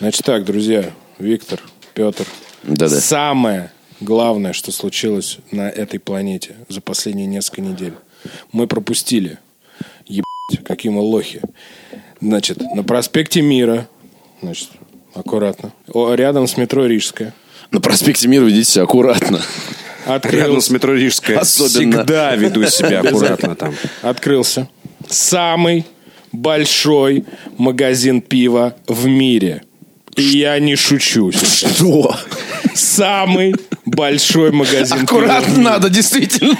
Значит так, друзья, Виктор, Петр, Да-да. самое главное, что случилось на этой планете за последние несколько недель, мы пропустили. Ебать, какие мы лохи. Значит, на проспекте Мира, значит, аккуратно, О, рядом с метро Рижская, На проспекте Мира ведите себя аккуратно. Рядом с открылся, метро Рижская. Особенно. Всегда веду себя аккуратно там. открылся самый большой магазин пива в мире. И я не шучу. сейчас. Что? Самый большой магазин пива в Аккуратно мире. надо, действительно.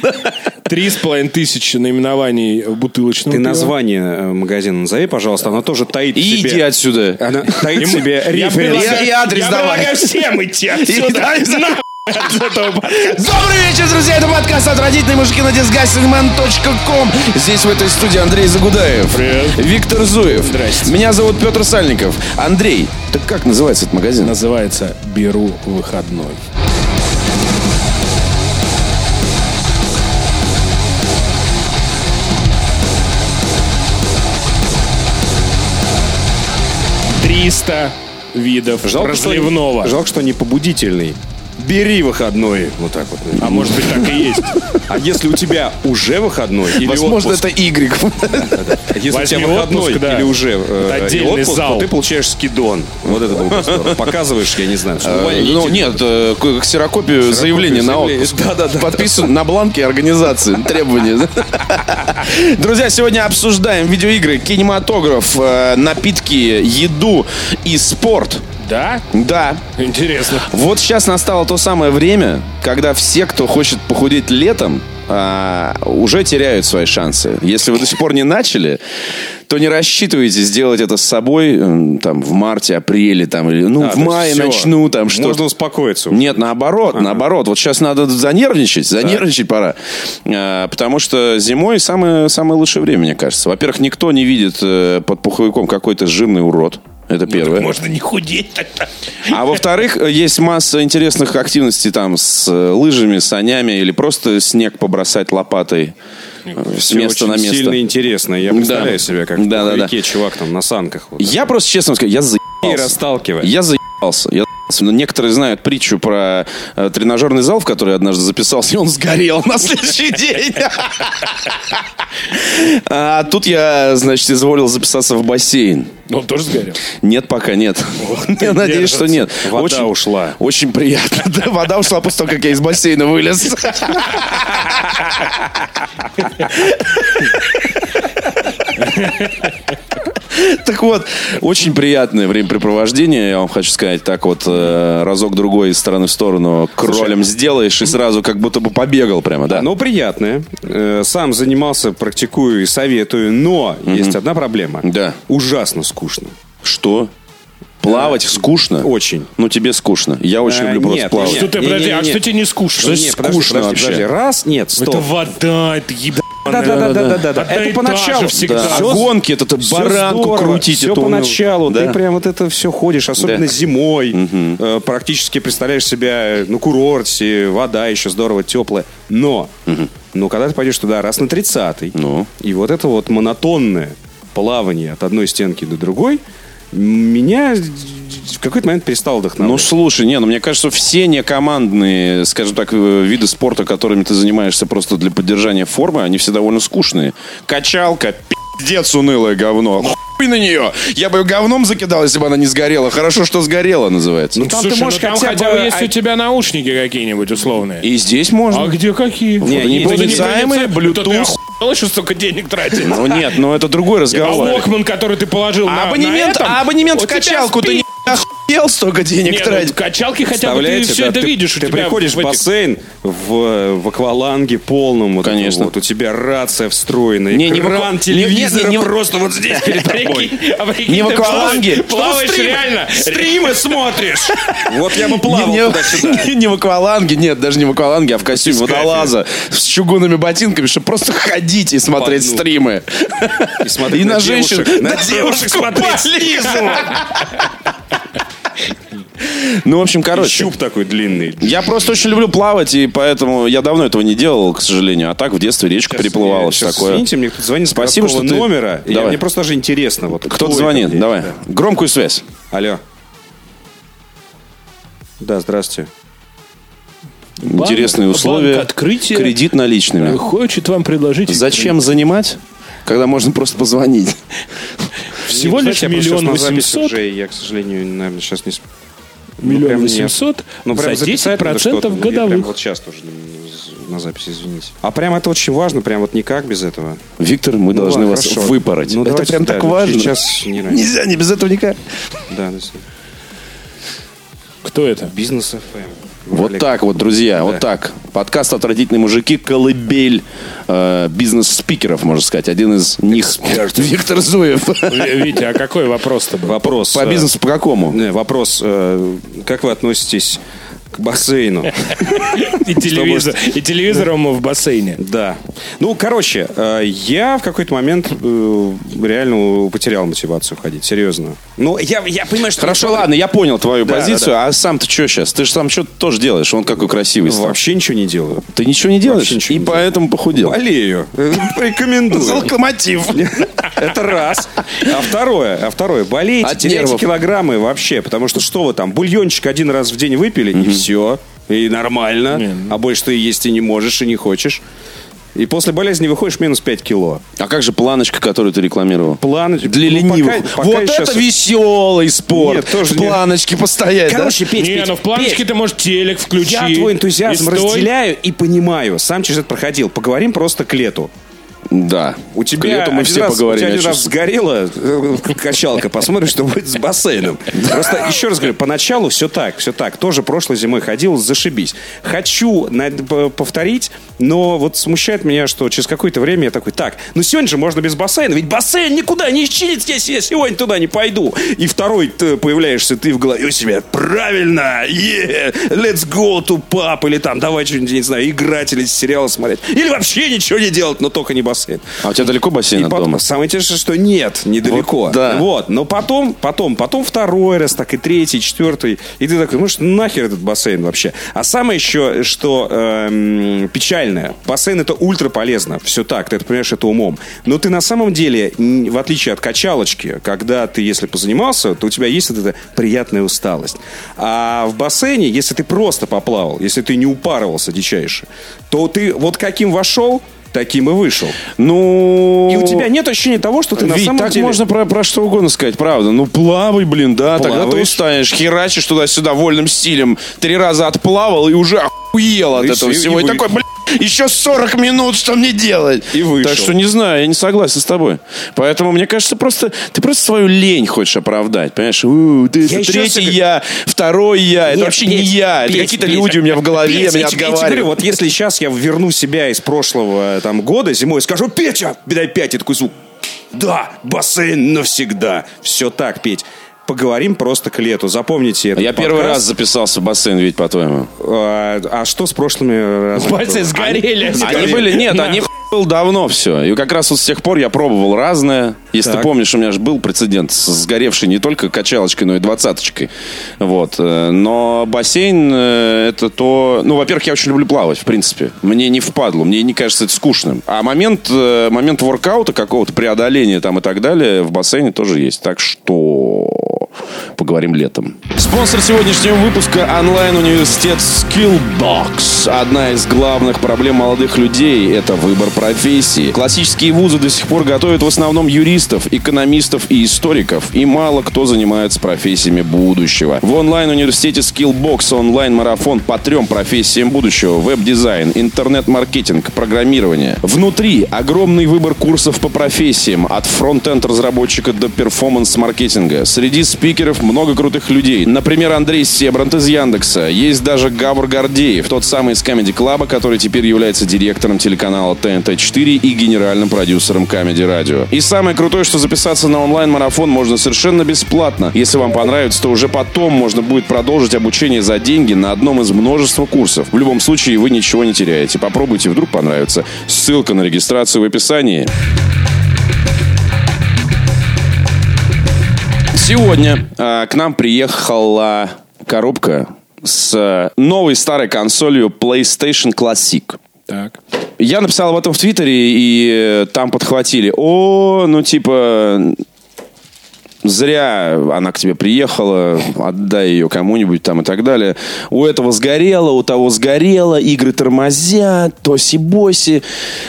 Три с половиной тысячи наименований бутылочного Ты пива. название э, магазина назови, пожалуйста. Оно тоже таит в себе... Иди отсюда. Она таит в себе Я референс. предлагаю- И адрес я давай. предлагаю всем идти отсюда. да, и- Нахуй от этого подкаста. Добрый вечер, друзья! Это подкаст «Отвратительные мужики» на disgustingman.com. Здесь, в этой студии, Андрей Загудаев. Привет. Виктор Зуев. Здрасте. Меня зовут Петр Сальников. Андрей, так как называется этот магазин? Называется «Беру выходной». Триста видов что, разливного. жалко, что не побудительный. Бери выходной. Вот так вот. А может быть так и есть. А если у тебя уже выходной или Возможно, отпуск? это Y. Если у тебя Возьми отпуск, выходной да. или уже э, Это и отдельный отпуск, зал. то ты получаешь скидон. Вот это было бы здорово. Показываешь, я не знаю. что увольнитель. Ну, нет, э, к- ксерокопию заявление на заявление. отпуск. Подписан на бланке организации. Требования. Друзья, сегодня обсуждаем видеоигры, кинематограф, э, напитки, еду и спорт. Да? Да, Интересно. вот сейчас настало то самое время, когда все, кто хочет похудеть летом, а, уже теряют свои шансы. Если вы до сих пор не начали, то не рассчитывайте сделать это с собой м, там в марте, апреле, там или ну А, в то есть мае всё. начну там что. Можно успокоиться. Нет, наоборот, наоборот. Вот сейчас надо занервничать, занервничать пора. Э, Потому что зимой самое, самое лучшее время, мне кажется. Во-первых, никто не видит э, под пуховиком какой-то жирный урод. Ну, Это первое. Можно не худеть тогда. А во-вторых, э, есть масса интересных активностей там с э, лыжами, санями или просто снег побросать лопатой э, с Всё места очень на место. сильно интересно. Я представляю Да. себе, как в Да, да, да. пуховике чувак там на санках. вот. Я просто честно вам скажу, я И заебался. расталкивает. Я заебался. Я заебался. Но некоторые знают притчу про э, тренажерный зал, в который я однажды записался, и он сгорел на следующий день. А тут я, значит, изволил записаться в бассейн. Ну, Он тоже сгорел. Нет, пока нет. Я надеюсь, что нет. Вода ушла. Очень приятно. Да, вода ушла после того, как я из бассейна вылез. Так вот, очень приятное времяпрепровождение, я вам хочу сказать. Так вот, э, разок-другой из стороны в сторону кролем сделаешь и сразу как будто бы побегал прямо, да? Ну, приятное. Э, Сам занимался, практикую и советую, но есть одна проблема. Да. Ужасно скучно. Ну, Что? Плавать скучно? Очень. Ну, тебе скучно. Я очень Э, люблю просто нет, плавать. нет. Что ты, подожди, а Не-не-не. что тебе не скучно? Что Не, подожди, скучно подожди, вообще. подожди. Раз, нет, Это стоп. вода, это еда. Да-да-да-да-да-да. Одна и Это та же поначалу. всегда. Да. А Всё- гонки, это ты всё баранку здорово, крутить, всё это уныло. поначалу. Да. Ты прям вот это все ходишь, особенно Да. зимой. Э, Практически представляешь себя э, на курорте, вода еще здорово теплая. Но, но когда ты пойдешь туда раз на 30 Ну. и вот это вот монотонное плавание от одной стенки до другой, меня в какой-то момент перестало Ну, вдохновлять. слушай, не, ну, мне кажется, все некомандные, скажем так, э, виды спорта, которыми ты занимаешься просто для поддержания формы, они все довольно скучные. Качалка, пиздец, унылое говно. Хуй на нее! Я бы ее говном закидал, если бы она не сгорела. Хорошо, что сгорела, называется. там Слушай, ты можешь ну там хотя, хотя бы... бы есть а- у тебя наушники какие-нибудь условные. И здесь А можно. где какие? Водонепроницаемые, Bluetooth. Охуел, что столько денег тратить. Ну, нет, ну, это другой А разговор. Walkman, который ты положил на, Абонемент, на этом, а абонемент у в тебя качалку, ты спи- не охуел столько денег Нет, ну, тратить? в качалке хотя бы ты Представляете, все да, это ты- видишь. у Ты тебя приходишь в этих- бассейн в, в акваланге полном. Вот Конечно. это Вот, у тебя рация встроена. Не, не в аква- экран не- телевизора не- не в- просто вот здесь перед тобой. Прикинь, а прикинь, Не в ты акваланге. плаваешь- Плаваешь Что, стримы? реально. Стримы смотришь. Вот я бы плавал Не- не- туда-сюда. не- не в акваланге, нет, даже не в акваланге, а в костюме Батискафе. водолаза с чугунными ботинками, чтобы просто ходить и смотреть Под- ну, стримы. И смотреть И на на девушек, женщин. на Да, девушек девушку смотреть полезу. снизу. Ну, в общем, короче. Щуп такой длинный. Я просто очень люблю плавать, и поэтому я давно этого не делал, к сожалению. А так в детстве речка переплывала. всё Сейчас, такое. Извините, мне кто-то звонит с Спасибо, городского что ты- номера. и я- Давай. Мне просто даже интересно. вот Кто-то это звонит, мне. давай. Громкую связь. Алло. Да, здравствуйте. Банк- Интересные банк условия. открытия. Кредит наличными. Э, Хочет вам предложить Зачем занимать, когда можно просто позвонить? всего лишь Знаете, я просто миллион щас на записи восемьсот, уже, и я, к сожалению, наверное, сейчас не... сп- ну, миллион прям нет. восемьсот Ну, за прям записать 10 надо что-то. процентов Ну, я Прям годовых. вот сейчас тоже не- на записи, извините. А прям это очень важно, прям вот никак без этого. Виктор, мы Ну, должны ладно, вас хорошо. выпороть. Ну, Это давайте, прям да, так важно. Сейчас не нравится. Нельзя, не без этого никак. Да, да, всё. Кто это? Бизнес FM. Вот Олег. так вот, друзья, Да. вот так. Подкаст «Отвратительные мужики» – колыбель э, бизнес-спикеров, можно сказать. Один из них – Виктор Зуев. Витя, а какой вопрос-то был? Вопрос. По э, бизнесу по какому? не, Вопрос. э, Как вы относитесь к бассейну? И телевизор, и телевизором в бассейне. Да. Ну, короче, э, я в какой-то момент э, реально потерял мотивацию ходить, серьезно. Ну, я, я понимаю, что... Хорошо, ладно, я понял твою Да, позицию. А сам ты что сейчас? Ты же сам что-то тоже делаешь. Он какой красивый стал. Вообще ничего не делаю. Ты ничего не делаешь? Вообще ничего и не делаю. поэтому похудел. Болею. Э, Рекомендую. локомотив. Это раз. А второе, а второе, болейте, От теряйте нервов. килограммы вообще, потому что что вы там, бульончик один раз в день выпили, и все, и нормально, а больше ты есть и не можешь, и не хочешь. И после болезни выходишь минус 5 кило. А как же планочка, которую ты рекламировал? План Для ну, пока- ленивых. пока вот я это щас- веселый спорт. Нет, тоже В нет. планочке постоять. да? Короче, Петь, Не, Петь, ну в планочке Петь, ты можешь телек включить. я твой энтузиазм И стой. разделяю и понимаю. Сам через это проходил. Поговорим просто к лету. Да. У К тебя лету мы один все раз- поговорим. У тебя я один раз чувствую. сгорела э, качалка. Посмотрим, что будет с бассейном. Просто еще раз говорю, поначалу все так, все так. Тоже прошлой зимой ходил, зашибись. Хочу на- п- повторить, но вот смущает меня, что через какое-то время я такой, так, ну сегодня же можно без бассейна, ведь бассейн никуда не исчезнет, если я сегодня туда не пойду. И второй ты появляешься ты в голове у себя, правильно, е, let's go to pub, или там давай что-нибудь, я не знаю, играть или сериал смотреть, или вообще ничего не делать, но только не бассейн. А у тебя далеко бассейн И от потом- дома? Самое интересное, что нет, недалеко. Вот, да. Вот, но потом, потом, потом второй раз, так и третий, четвертый. И ты такой, ну что нахер этот бассейн вообще? А самое еще, что эм, печальное, бассейн это ультра полезно, все так, ты это понимаешь, это умом. Но ты на самом деле, н- в отличие от качалочки, когда ты, если позанимался, то у тебя есть вот эта приятная усталость. А в бассейне, если ты просто поплавал, если ты не упарывался дичайше, то ты вот каким вошел, таким и вышел. Ну... И у тебя нет ощущения того, что ты на Вить, самом так деле... можно про, про что угодно сказать, правда. Ну, плавай, блин, да, тогда ты Плаваешь. устанешь, херачишь туда-сюда вольным стилем. Три раза отплавал и уже охуел от И этого всё, и всего. И, вы- такой, блин, еще 40 минут, что мне делать? И вышел. Так что не знаю, я не согласен с тобой. Поэтому, мне кажется, просто ты просто свою лень хочешь оправдать, понимаешь? У, ты, Я это еще третий раз- я, второй я, это Нет, вообще не Петь, я. это Петь, какие-то Петь, люди у меня в голове, меня Петь, я тебе- я тебе говорю, отговаривают. вот если сейчас я верну себя из прошлого там, года зимой и скажу, Петя, бедай пять, и такой звук. Да, бассейн навсегда. Все так, Петь. Поговорим просто к лету. Запомните это. Я первый раз записался в бассейн, ведь, по-твоему. А, а что с прошлыми разами? Пальцы было? сгорели. Они были, нет, они хуй был давно все. И как раз вот с тех пор я пробовал разное. Если ты Так. помнишь, у меня же был прецедент с сгоревшей не только качалочкой, но и двадцаточкой. Вот. э, Но бассейн э, это то... Ну, во-первых, я очень люблю плавать, в принципе. Мне не впадло, мне не кажется это скучным. А момент, э, момент воркаута какого-то, преодоления там и так далее в бассейне тоже есть. Так что поговорим летом. Спонсор сегодняшнего выпуска онлайн-университет Skillbox. Одна из главных проблем молодых людей – это выбор профессии. Классические вузы до сих пор готовят в основном юристов, экономистов и историков. И мало кто занимается профессиями будущего. В онлайн-университете Skillbox онлайн-марафон по трем профессиям будущего. Веб-дизайн, интернет-маркетинг, программирование. Внутри огромный выбор курсов по профессиям. От фронт-энд разработчика до перформанс-маркетинга. Среди спикеров много крутых людей. Например, Андрей Себрант из Яндекса. Есть даже Гавр Гордеев, тот самый из Comedy Клаба, который теперь является директором телеканала ТНТ-4 и генеральным продюсером Comedy Радио. И самое крутое, что записаться на онлайн-марафон можно совершенно бесплатно. Если вам понравится, то уже потом можно будет продолжить обучение за деньги на одном из множества курсов. В любом случае, вы ничего не теряете. Попробуйте, вдруг понравится. Ссылка на регистрацию в описании. Сегодня э, к нам приехала коробка с э, новой старой консолью PlayStation Classic. Так. Я написал об этом в Твиттере, и э, там подхватили. О, ну типа... зря она к тебе приехала, отдай ее кому-нибудь там и так далее. У этого сгорело, у того сгорело, игры тормозят, тоси-боси.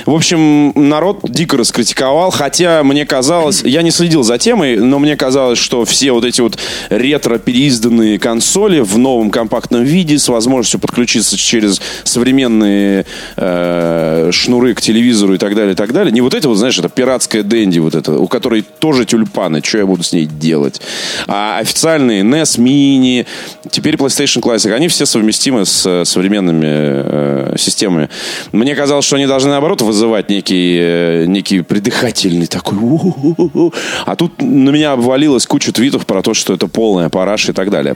В общем, народ дико раскритиковал, хотя мне казалось, я не следил за темой, но мне казалось, что все вот эти вот ретро-переизданные консоли в новом компактном виде с возможностью подключиться через современные э, шнуры к телевизору и так далее, и так далее. Не вот эти вот, знаешь, это пиратская Дэнди вот это, у которой тоже тюльпаны, что я буду с ней делать. А официальные NES Mini, теперь PlayStation Classic, они все совместимы с э, современными э, системами. Мне казалось, что они должны, наоборот, вызывать некий, э, некий придыхательный такой... «У-у-у-у-у». А тут на меня обвалилась куча твитов про то, что это полная параша и так далее.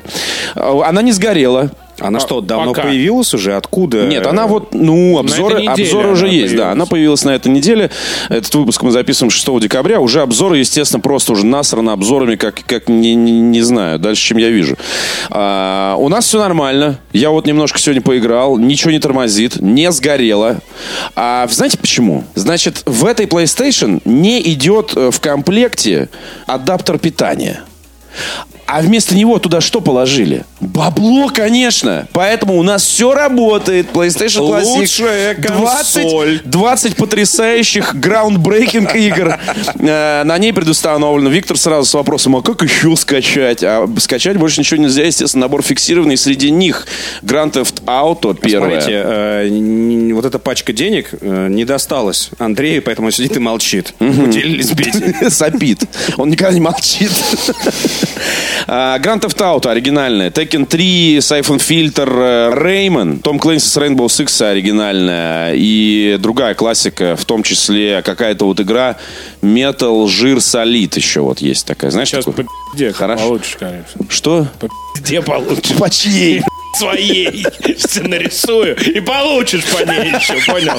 А, Она не сгорела. Она что, давно пока. появилась уже? Откуда? Нет, она вот, ну, обзоры, этой неделе обзоры уже она есть, да. Она появилась на этой неделе. Этот выпуск мы записываем 6 декабря. Уже обзоры, естественно, просто уже насрано обзорами, как, как не, не, не знаю, дальше, чем я вижу. А, у нас все нормально. Я вот немножко сегодня поиграл. Ничего не тормозит, не сгорело. А знаете почему? Значит, в этой PlayStation не идет э, в комплекте адаптер питания. А вместо него туда что положили? Бабло, конечно. Поэтому у нас все работает. PlayStation Classic. Лучшая консоль. 20, 20 потрясающих граундбрейкинг игр. Э, На ней предустановлено. Виктор сразу с вопросом, а как еще скачать? А скачать больше ничего нельзя. Естественно, набор фиксированный. Среди них Grand Theft Auto первое. Смотрите, э, н- н- вот эта пачка денег э, не досталась Андрею, поэтому он сидит и молчит. Поделились Петей. Сопит. Он никогда не молчит. А, Grand Theft Auto оригинальная. Tekken 3, Siphon Filter, э, Rayman. Том Clancy с Rainbow Six оригинальная. И другая классика, в том числе какая-то вот игра Metal Gear Solid еще вот есть такая. Знаешь, Сейчас по такую? где Хорошо. получишь, конечно. Что? Где получишь? По чьей? Своей. Все нарисую и получишь по ней еще, понял?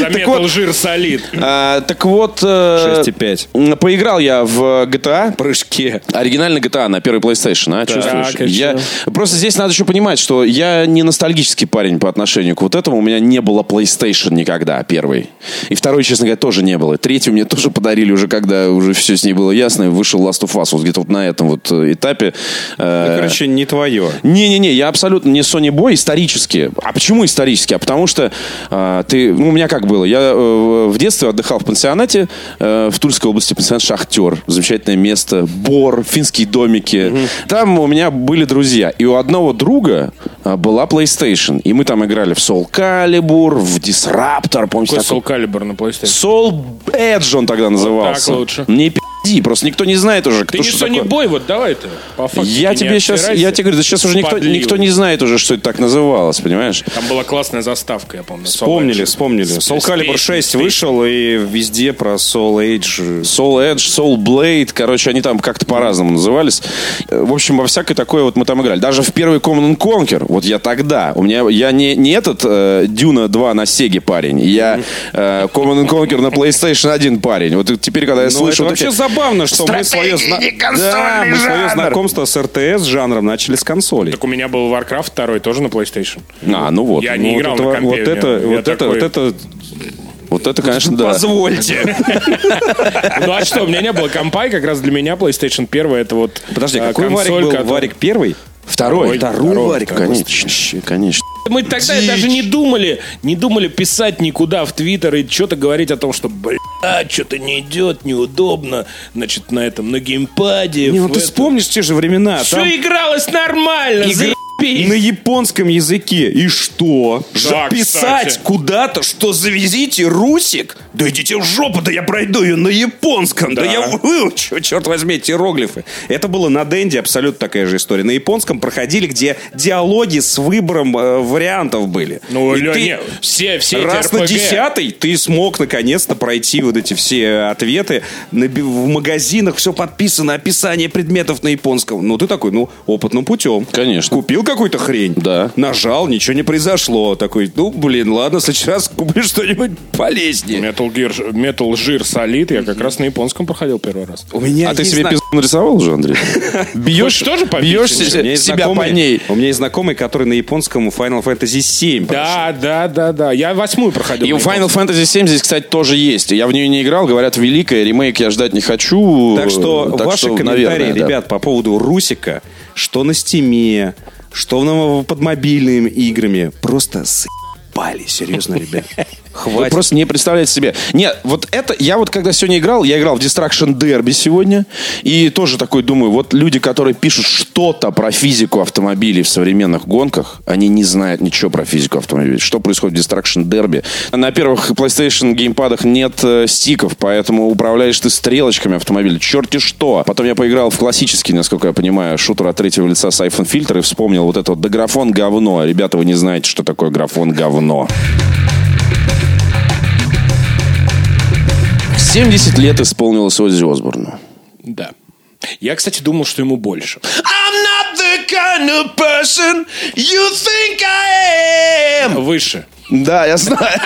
Заметил вот- жир солид. А, так вот... э, 6,5. м, Поиграл я в GTA. Прыжки. Оригинальный GTA на первый PlayStation, а? Чувствуешь? а чё? Я... Просто здесь надо еще понимать, что я не ностальгический парень по отношению к вот этому. У меня не было PlayStation никогда, первый. И второй, честно говоря, тоже не было. Третий мне тоже подарили уже, когда уже все с ней было ясно. и Вышел Last of Us. Вот где-то вот на этом вот э, этапе. Э, Короче, не твое. не-не-не, я абсолютно не Sony Boy исторически. А почему исторически? А потому что э, ты, ну, у меня как было, я э, в детстве отдыхал в пансионате э, в Тульской области, пансионат Шахтер, замечательное место, Бор, финские домики. Там у меня были друзья, и у одного друга э, была PlayStation, и мы там играли в Soul Calibur, в Disruptor, помните Какой такой? Soul Calibur на PlayStation? Soul Edge он тогда назывался. лучше. Не пи***, просто никто не знает уже, кто Ты не что Sony такое. бой, вот давай ты. По факту Я ты не тебе сейчас, я обсирайся. тебе говорю, да сейчас уже никто, Подлил. никто не знает уже, что это так называлось, понимаешь? Там была классная заставка, я помню. Вспомнили, Soul Edge. вспомнили. С- Soul с Calibur песней, 6 с песней. вышел, и везде про Soul Age. Soul Edge, Soul Blade, короче, они там как-то по-разному назывались. Э, В общем, во всякое такое вот мы там играли. Даже в первый Command and Conquer, вот я тогда, у меня, я не, не этот э, Дюна 2 на Сеге парень, я э, Command and Conquer на PlayStation 1 парень. Вот теперь, когда я Ну, слышу... это вот эти- вообще забавно, что мы свое, зна- да, мы свое знакомство с РТС жанром начали с консолей. Так у меня был Warcraft 2 тоже на PlayStation. А, ну вот. Я не Ну, играл вот на это, вот компе. это, я- я вот это, такой, вот это, Вот это, конечно, да. позвольте. Ну а что, у меня не было компа, и как раз для меня PlayStation 1 это вот Подожди, э, какой варик консоль, был? которая- Варик первый? Второй. Второй, Второй варик, Конечно, конечно. Мы тогда даже не думали, не думали писать никуда в Твиттер и что-то говорить о том, что, бля, что-то не идет, неудобно, значит, на этом, на геймпаде. Не, ну ты вспомнишь те же времена. Все там игралось нормально, игра заебись. на японском языке. И что? Да, Записать кстати. куда-то, что завезите русик? Да идите в жопу, да я пройду ее на японском. Да, Да. я выучу, черт возьми, эти иероглифы. Это было на Денде абсолютно такая же история. На японском проходили, где диалоги с выбором э, вариантов были. Ну, И Лё, ты не, все, все эти Раз на RPG. десятый ты смог наконец-то пройти вот эти все ответы. На би- В магазинах все подписано, описание предметов на японском. Ну, ты такой, ну, опытным путем. Конечно. Купил какую-то хрень. Да. Нажал, ничего не произошло. Такой, ну, блин, ладно, в следующий раз куплю что-нибудь полезнее. Metal Gear, Metal Gear Solid я как раз на японском проходил первый раз. У меня А ты есть себе зна- пизду нарисовал уже, Андрей? Бьешь, Хочешь тоже побить бьешь или се- что? У меня есть себя по знакомый- ней. У меня есть знакомый, который на японском Final Fantasy 7. Да, да, да, да. Я восьмую проходил. И у на Final японском. Fantasy 7 здесь, кстати, тоже есть. Я в нее не играл, говорят, великая, ремейк я ждать не хочу. Так что Э, Так ваши что, комментарии, наверное, да. ребят, по поводу Русика, что на стиме, что на- под мобильными играми, просто заебали, серьезно, ребят. Вы Хватит. просто не представляете себе. Нет, вот это, я вот когда сегодня играл, я играл в Distraction Derby сегодня, и тоже такой думаю, вот люди, которые пишут что-то про физику автомобилей в современных гонках, они не знают ничего про физику автомобилей. Что происходит в Distraction Derby? На первых PlayStation геймпадах нет э, стиков, поэтому управляешь ты стрелочками автомобиля. Черти что. Потом я поиграл в классический, насколько я понимаю, шутер от третьего лица с iPhone фильтр и вспомнил вот это вот, да графон говно. Ребята, вы не знаете, что такое графон говно. 70 лет исполнилось Оззи Осборну. Да. Я, кстати, думал, что ему больше. Выше. Да, я знаю.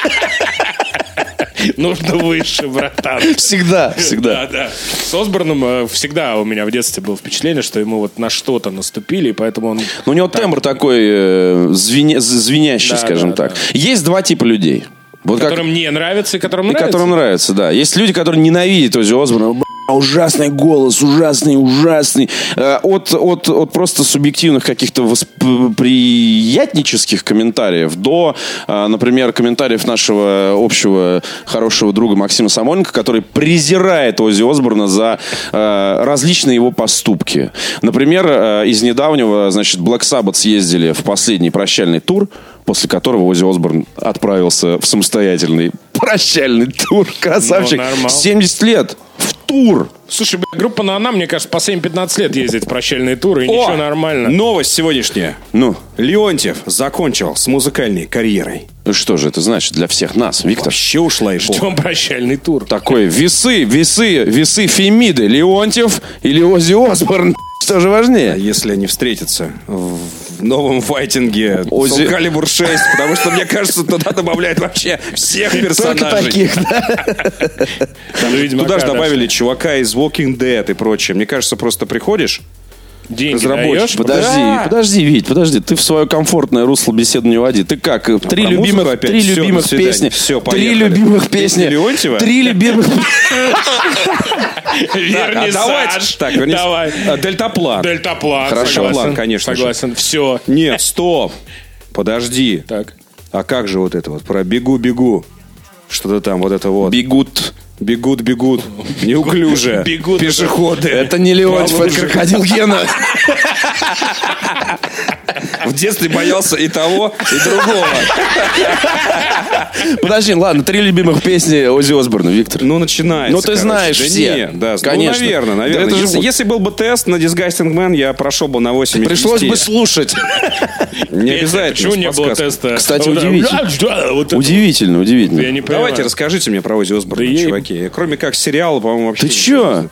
Нужно выше, братан. Всегда, всегда. Да, да. С Осборном э, всегда у меня в детстве было впечатление, что ему вот на что-то наступили, и поэтому он... Но у него тембр такой э, звеня- з- звенящий, Да, скажем да, так. да. Есть два типа людей. Вот как- Которым не нравится и которым и нравится. которым нравится, да. Есть люди, которые ненавидят Оззи Осборна. «Б***ь, Ужасный голос, ужасный, ужасный. Э, От, от, от просто субъективных каких-то восприятнических комментариев до, э, например, комментариев нашего общего хорошего друга Максима Самойленко, который презирает Оззи Осборна за э, различные его поступки. Например, э, из недавнего, значит, Black Sabbath съездили в последний прощальный тур, после которого Оззи Осборн отправился в самостоятельный прощальный тур. Красавчик. Ну, нормал. 70 лет. В тур. Слушай, бля, группа на она, мне кажется, по 7-15 лет ездит в прощальные туры, и О, ничего нормально. Новость сегодняшняя. Ну, Леонтьев закончил с музыкальной карьерой. ну что же это значит для всех нас, Виктор? Вообще ушла эпоха. Что прощальный тур? Такой весы, весы, весы Фемиды. Леонтьев или Оззи Осборн. Что же важнее? Если они встретятся в новом файтинге Ози- Soul Calibur 6, потому что, мне кажется, туда добавляют вообще всех Только персонажей. таких, да. Там, видимо, Туда же Кардаш- добавили чувака из Walking Dead и прочее. Мне кажется, просто приходишь, деньги разработчик. даешь? Подожди, Да. подожди, Вить, подожди. Ты в свое комфортное русло беседу не води. Ты как? э, Три А про любимых, музыку опять? три Всё, любимых до свидания. песни. Всё, три поехали. любимых Песни песни. Леонтьева? Три любимых. Вернисаж. а давайте- так, вернись- Давай. а, дельтаплан. Дельтаплан. Хорошо. согласен. Дельтаплан, конечно же. Согласен. Все. Нет, стоп. Подожди. Так. А как же вот это вот про бегу-бегу? Что-то там вот это вот. Бегут. Бегут-бегут. Неуклюже. Бегут. Пешеходы. Это не Леонтьев, это крокодил Гена. А В детстве боялся и того, и другого. Подожди, ладно, три любимых песни Ози Осборна, Виктор. Ну, начинается. Ну, ты короче. знаешь Да все. не, да, Конечно. Ну, наверное, Да наверное. это же если, вот- если был бы тест на Disgusting Man, я прошел бы на 8 Пришлось бы слушать. Не Песня. обязательно. Почему с не было подсказкой. теста? Кстати, Вот это- удивительно. Да, вот это- Удивительно, Я удивительно. не понимаю. Давайте расскажите мне про Ози Осборна, Да ей- чуваки. Кроме как сериала, по-моему, вообще... Ты не чё?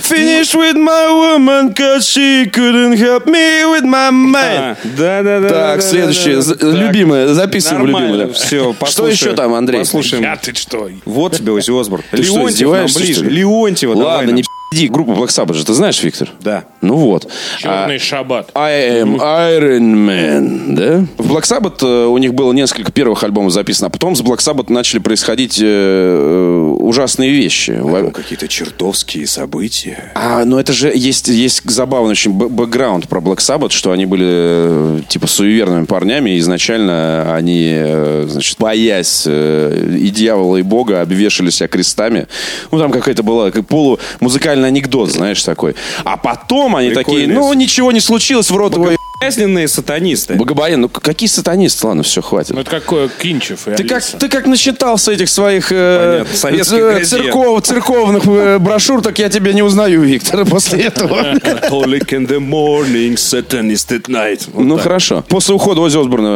Finish with my woman, cause she couldn't help me with my А, mind. Да-да-да. Так, следующее. за- Любимое. Записываем Нормально, любимое. да. всё, Что послушаем. еще там, Андрей? Послушаем. А ты что? Вот тебе Ози Осборн. Ты что, Леонтьев нам издеваешься, ближе. что ли? Леонтьева давай Ладно, нам. не пи***ди. Группа Black Sabbath же, ты знаешь, Виктор? Да. Ну вот. А- Черный шаббат. I am Iron Man, да? В Black Sabbath э, у них было несколько первых альбомов записано, а потом с Black Sabbath начали происходить э, э, ужасные вещи. Во- Какие-то чертовские события. А, ну это же есть, есть забавный очень б- бэкграунд про Black Sabbath, что они были э, типа суеверными парнями, и изначально они, э, значит, боясь э, и дьявола, и бога, обвешали себя крестами. Ну там какая-то была как полумузыкальный анекдот, знаешь, такой. А потом они Прикольно. такие, ну ничего не случилось, в рот его Казненные сатанисты. Богобоин, ну какие сатанисты? Ладно, все, хватит. Ну это какое Кинчев и Ты как, Алиса. ты как насчитался этих своих э, Понятно, советских ц- газет. церков- церковных э, брошюр, так я тебя не узнаю, Виктор, после этого. Catholic in the morning, satanist at night. Вот Ну так. хорошо. После ухода Ози Осборна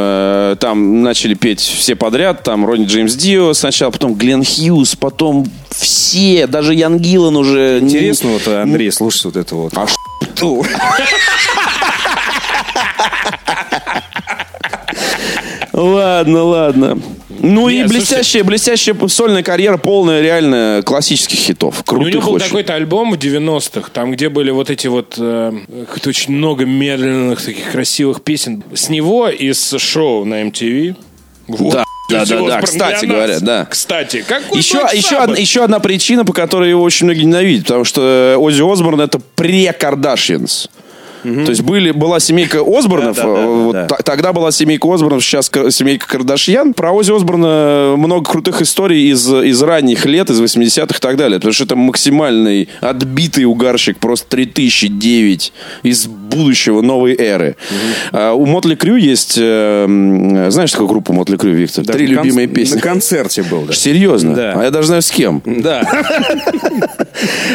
э, там начали петь все подряд. Там Ронни Джеймс Дио сначала, потом Глен Хьюз, потом все, даже Ян Гиллан уже. не- Интересно, вот, Андрей, слушать вот это вот. А что? Ладно, ладно. Ну и блестящая, блестящая сольная карьера, полная реально классических хитов. Ну, У него Крутых был очень. какой-то альбом в 90-х, там, где были вот эти вот э, как-то очень много медленных, таких красивых песен. С него и с шоу на MTV. Вот. Да, да, Всего да, да, спро- кстати для нас. говоря, да. Кстати, какой Еще, Black еще, Sabbath? од- еще одна причина, по которой его очень многие ненавидят, потому что э, Оззи Осборн это пре-Кардашьянс. То есть были, была семейка Осборнов, Да, да, да, э, вот да. т- тогда была семейка Осборнов, сейчас к- семейка Кардашьян. Про Оззи Осборна э, много крутых историй из, из ранних лет, из 80-х и так далее, потому что это максимальный отбитый угарщик, просто 3009 из будущего новой эры. А, у Мотли Крю есть, э, м, э, знаешь такую группу Мотли Крю, Виктор? Да, Три на кон- любимые песни. На концерте был, да. Серьезно? Да. А я даже знаю, с кем. Да.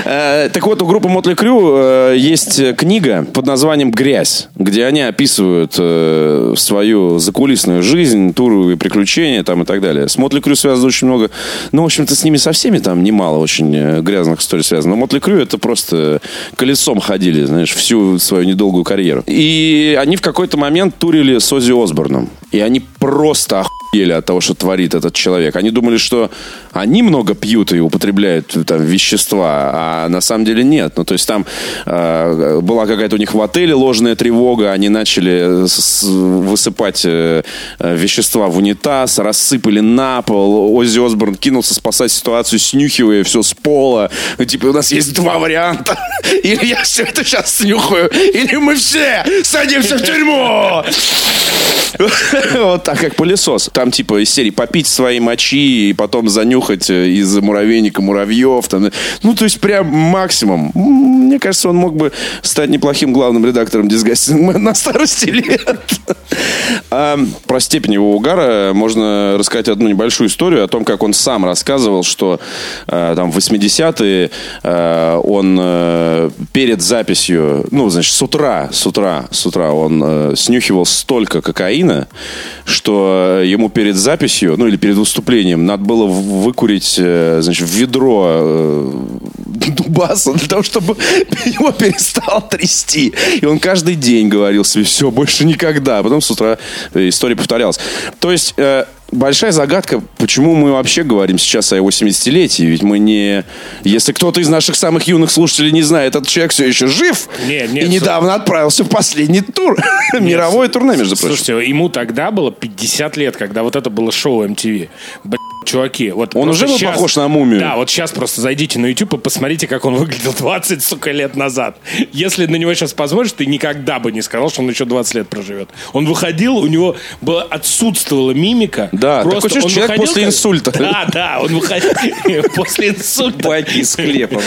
Э, Так вот, у группы Мотли Крю э, есть э, книга под названием «Грязь», где они описывают э, свою закулисную жизнь, туры и приключения там и так далее. С Мотли Крю связано очень много... Ну, в общем-то, с ними со всеми там немало очень э, грязных историй связано. Но Мотли Крю это просто колесом ходили, знаешь, всю свою недолгую карьеру. И они в какой-то момент турили с Оззи Осборном. И они просто охуели от того, что творит этот человек. Они думали, что они много пьют и употребляют там вещества, а на самом деле нет. Ну, то есть там э, была какая-то у них в отеле ложная тревога, они начали с- высыпать э, э, вещества в унитаз, рассыпали на пол. Оззи Осборн кинулся спасать ситуацию, снюхивая все с пола. Ну, Типа, у нас есть два варианта. Или я все это сейчас снюхаю, или мы все садимся в тюрьму. Вот так, как пылесос. Там типа из серии попить свои мочи и потом занюхать э, из муравейника муравьев. Там. Ну, то есть прям максимум. М, Мне кажется, он мог бы стать неплохим главным редактором Disgusting Man на старости лет. А, Про степень его угара можно рассказать одну небольшую историю о том, как он сам рассказывал, что э, там в 80-е э, он э, перед записью, ну, значит, с утра, с утра, с утра он э, снюхивал столько кокаина, что ему перед записью, ну, или перед выступлением надо было в- выкурить, э, значит, ведро э, дубаса для того, чтобы его перестал трясти. И он каждый день говорил себе, все, больше никогда. А потом с утра э, история повторялась. То есть... э, Большая загадка, почему мы вообще говорим сейчас о его 70-летии, ведь мы не... Если кто-то из наших самых юных слушателей не знает, этот человек все еще жив Нет, нет, и недавно отправился в последний тур. Мировое турне, между прочим. Слушайте, ему тогда было 50 лет, когда вот это было шоу MTV. Блин, чуваки, вот Он просто уже был щас- похож на мумию. Да, вот сейчас просто зайдите на YouTube и посмотрите, как он выглядел 20, сука, лет назад. Если на него сейчас посмотришь, ты никогда бы не сказал, что он еще 20 лет проживет. Он выходил, у него было, отсутствовала мимика. Да, Просто такое чувство, он человек выходил после как- инсульта. Да, да, он выходил после инсульта. Паки с хлебом.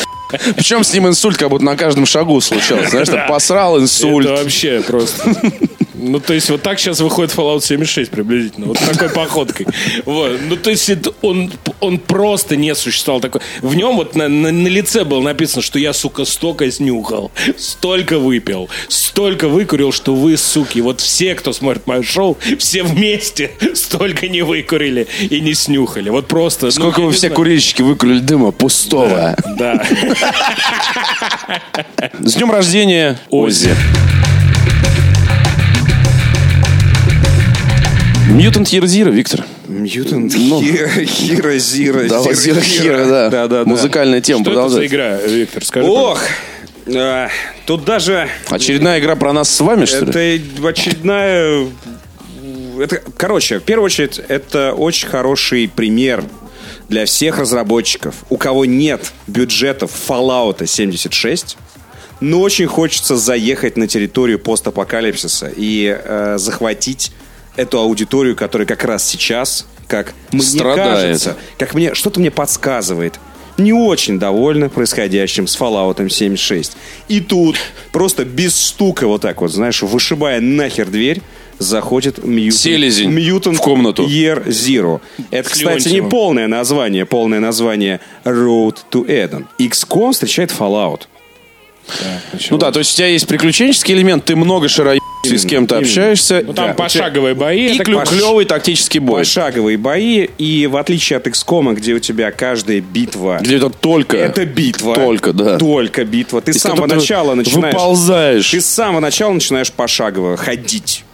Причем с ним инсульт как будто на каждом шагу случался. Знаешь, там посрал инсульт. Это вообще просто... Ну, то есть, вот так сейчас выходит Fallout 76 приблизительно. Вот такой походкой. Вот. Ну, то есть, это он, он просто не существовал такой. В нем вот на, на- на лице было написано, что я, сука, столько снюхал, столько выпил, столько выкурил, что вы, суки, вот все, кто смотрит мое шоу, все вместе столько не выкурили и не снюхали. Вот просто... ну, Сколько я вы не все знаю. курильщики выкурили дыма пустого. Да. С днем рождения, Оззи. Мьютант Ерзира, Виктор. Мьютант. Хира, Хира, Зира, Да, Зира, Зира, Хира, да. Да, да, да. Музыкальная тема, Что это за продолжай. игра, Виктор? Скажи. Ох, а, тут даже Очередная игра про нас с вами, что ли? это очередная... Это, короче, в первую очередь, это очень хороший пример для всех разработчиков, у кого нет бюджетов Fallout 76, но очень хочется заехать на территорию постапокалипсиса и э, захватить эту аудиторию, которая как раз сейчас, как мне Страдает. кажется, как мне что-то мне подсказывает, не очень довольна происходящим с Fallout 76. И тут просто без стука вот так вот, знаешь, вышибая нахер дверь, заходит Mutant, Селезень Mutant в комнату. Year Zero. Это, С кстати, не Леонтьевым. полное название. Полное название Road to Eden. XCOM встречает Fallout. Ну да, то есть у тебя есть приключенческий элемент, ты много шара и с кем-то общаешься. Ну, там Да. пошаговые бои. И Это клю- пош- клевый тактический бой. Пошаговые бои, и в отличие от XCOM, где у тебя каждая битва... Где это только... Это битва. Только, да. Только битва. Ты с Из самого которого ты начала начинаешь... Выползаешь. Ты с самого начала начинаешь пошагово ходить.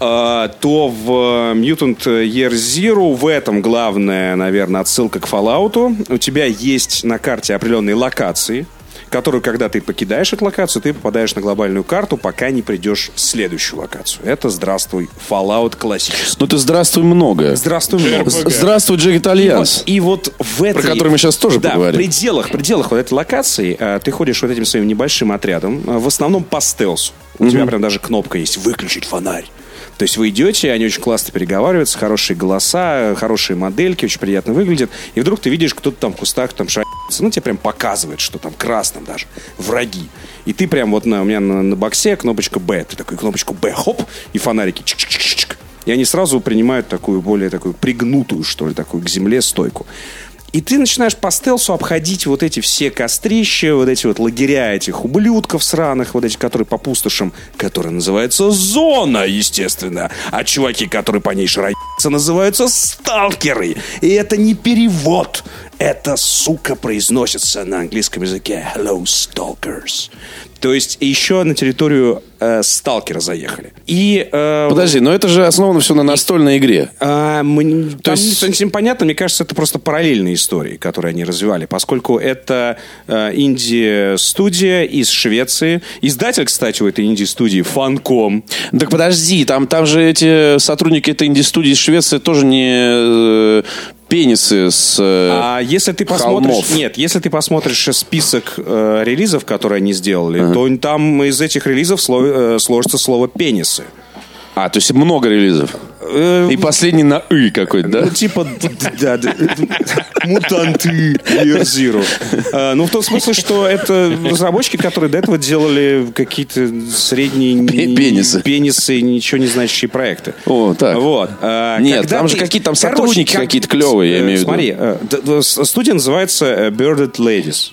э, то в э, Mutant Year Zero в этом главная, наверное, отсылка к Fallout. У тебя есть на карте определенные локации, которую, когда ты покидаешь эту локацию, ты попадаешь на глобальную карту, пока не придешь в следующую локацию. Это «Здравствуй, Fallout» классический. Ну ты здравствуй много. Здравствуй, много. З- Здравствуй, Джек Итальянс. И вот в этой... который мы сейчас тоже да, поговорим. в пределах, в пределах вот этой локации э, ты ходишь вот этим своим небольшим отрядом, э, в основном по стелсу. У тебя прям даже кнопка есть «Выключить фонарь». То есть вы идете, они очень классно переговариваются, хорошие голоса, э, хорошие модельки, очень приятно выглядят. И вдруг ты видишь, кто-то там в кустах там шарится. Ну, тебе прям показывает, что там красным даже. Враги. И ты прям вот на, у меня на, на боксе кнопочка «Б». Ты такой кнопочку «Б», хоп, и фонарики. Чик-чик-чик-чик. И они сразу принимают такую более такую пригнутую, что ли, такую к земле стойку. И ты начинаешь по стелсу обходить вот эти все кострища, вот эти вот лагеря этих ублюдков сраных, вот эти, которые по пустошам, которые называются зона, естественно. А чуваки, которые по ней шараются, называются сталкеры. И это не перевод. Это, сука, произносится на английском языке «Hello, stalkers». То есть еще на территорию э, сталкера заехали. И э, Подожди, но это же основано все на настольной игре. а, мы- там есть- не совсем понятно, мне кажется, это просто параллельные истории, которые они развивали, поскольку это э, инди-студия из Швеции. Издатель, кстати, у этой инди-студии Фанком. Так подожди, там, там же эти сотрудники этой инди-студии из Швеции тоже не э, пенисы с... э, А если ты Холмов. посмотришь... Нет, если ты посмотришь список э, релизов, которые они сделали, то там из этих релизов сло- э, сложится слово «пенисы». А, то есть много релизов. Э, И последний на «ы» какой-то, да? Ну, типа, д- д- да, д- мутанты Year Zero. А, Ну, в том смысле, что это разработчики, которые до этого делали какие-то средние... Пе- пенисы. Пенисы, ничего не значащие проекты. О, так. Вот. А, Нет, когда там же какие-то там сотрудники какие-то клевые, я э, имею в виду. Смотри, э, д- д- с- студия называется э, Bearded Ladies.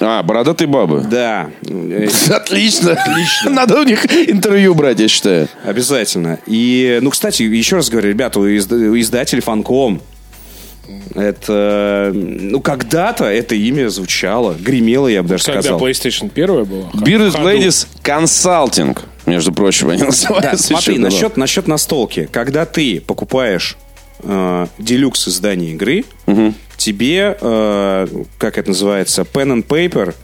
ну, А, бородатые бабы. Да, э, Отлично. Отлично. Надо у них интервью брать, я считаю. обязательно. И, ну, кстати, еще раз говорю, ребята, у изда- у издателей Фанком это, ну, когда-то это имя звучало, гремело, я бы даже Когда сказал. PlayStation 1 была? Bearded Ladies Consulting, между прочим, они Да, называются. смотри, еще, да. насчет, насчет настолки. Когда ты покупаешь э, делюкс издание игры, тебе, э, как это называется, pen and paper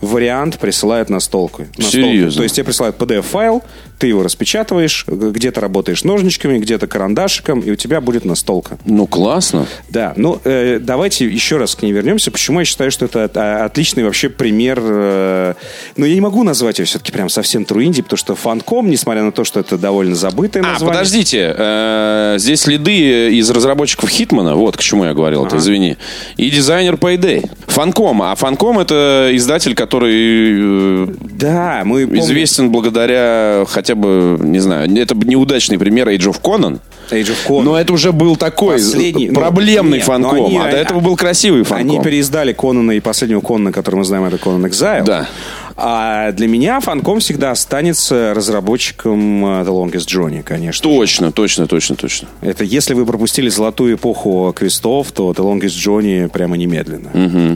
вариант присылают настолку. настолку. Серьезно? То есть тебе присылают PDF-файл, ты его распечатываешь, г- где-то работаешь ножничками, где-то карандашиком, и у тебя будет настолка. Ну, классно. Да, ну э, давайте еще раз к ней вернемся. Почему я считаю, что это от- а, отличный вообще пример. э, ну, я не могу назвать ее все-таки прям совсем true indie, потому что фанком, несмотря на то, что это довольно забытое А, название. подождите, э, здесь следы из разработчиков Хитмана, вот к чему я говорил, ты извини, и дизайнер Payday, Фанком, а Фанком это издатель, который э, Да, мы помним известен благодаря хотя бы, не знаю, это неудачный пример Age of Conan, Age of Conan. но это уже был такой Последний, ну, проблемный нет, Фанком, но они- э, а до этого был красивый Фанком. Они переиздали Конана и последнего Конана, который мы знаем, это Конан Exile. Да. А для меня Фанком всегда останется разработчиком э, The Longest Journey, конечно. Точно, точно, точно, точно. Это если вы пропустили золотую эпоху квестов, то The Longest Journey прямо немедленно.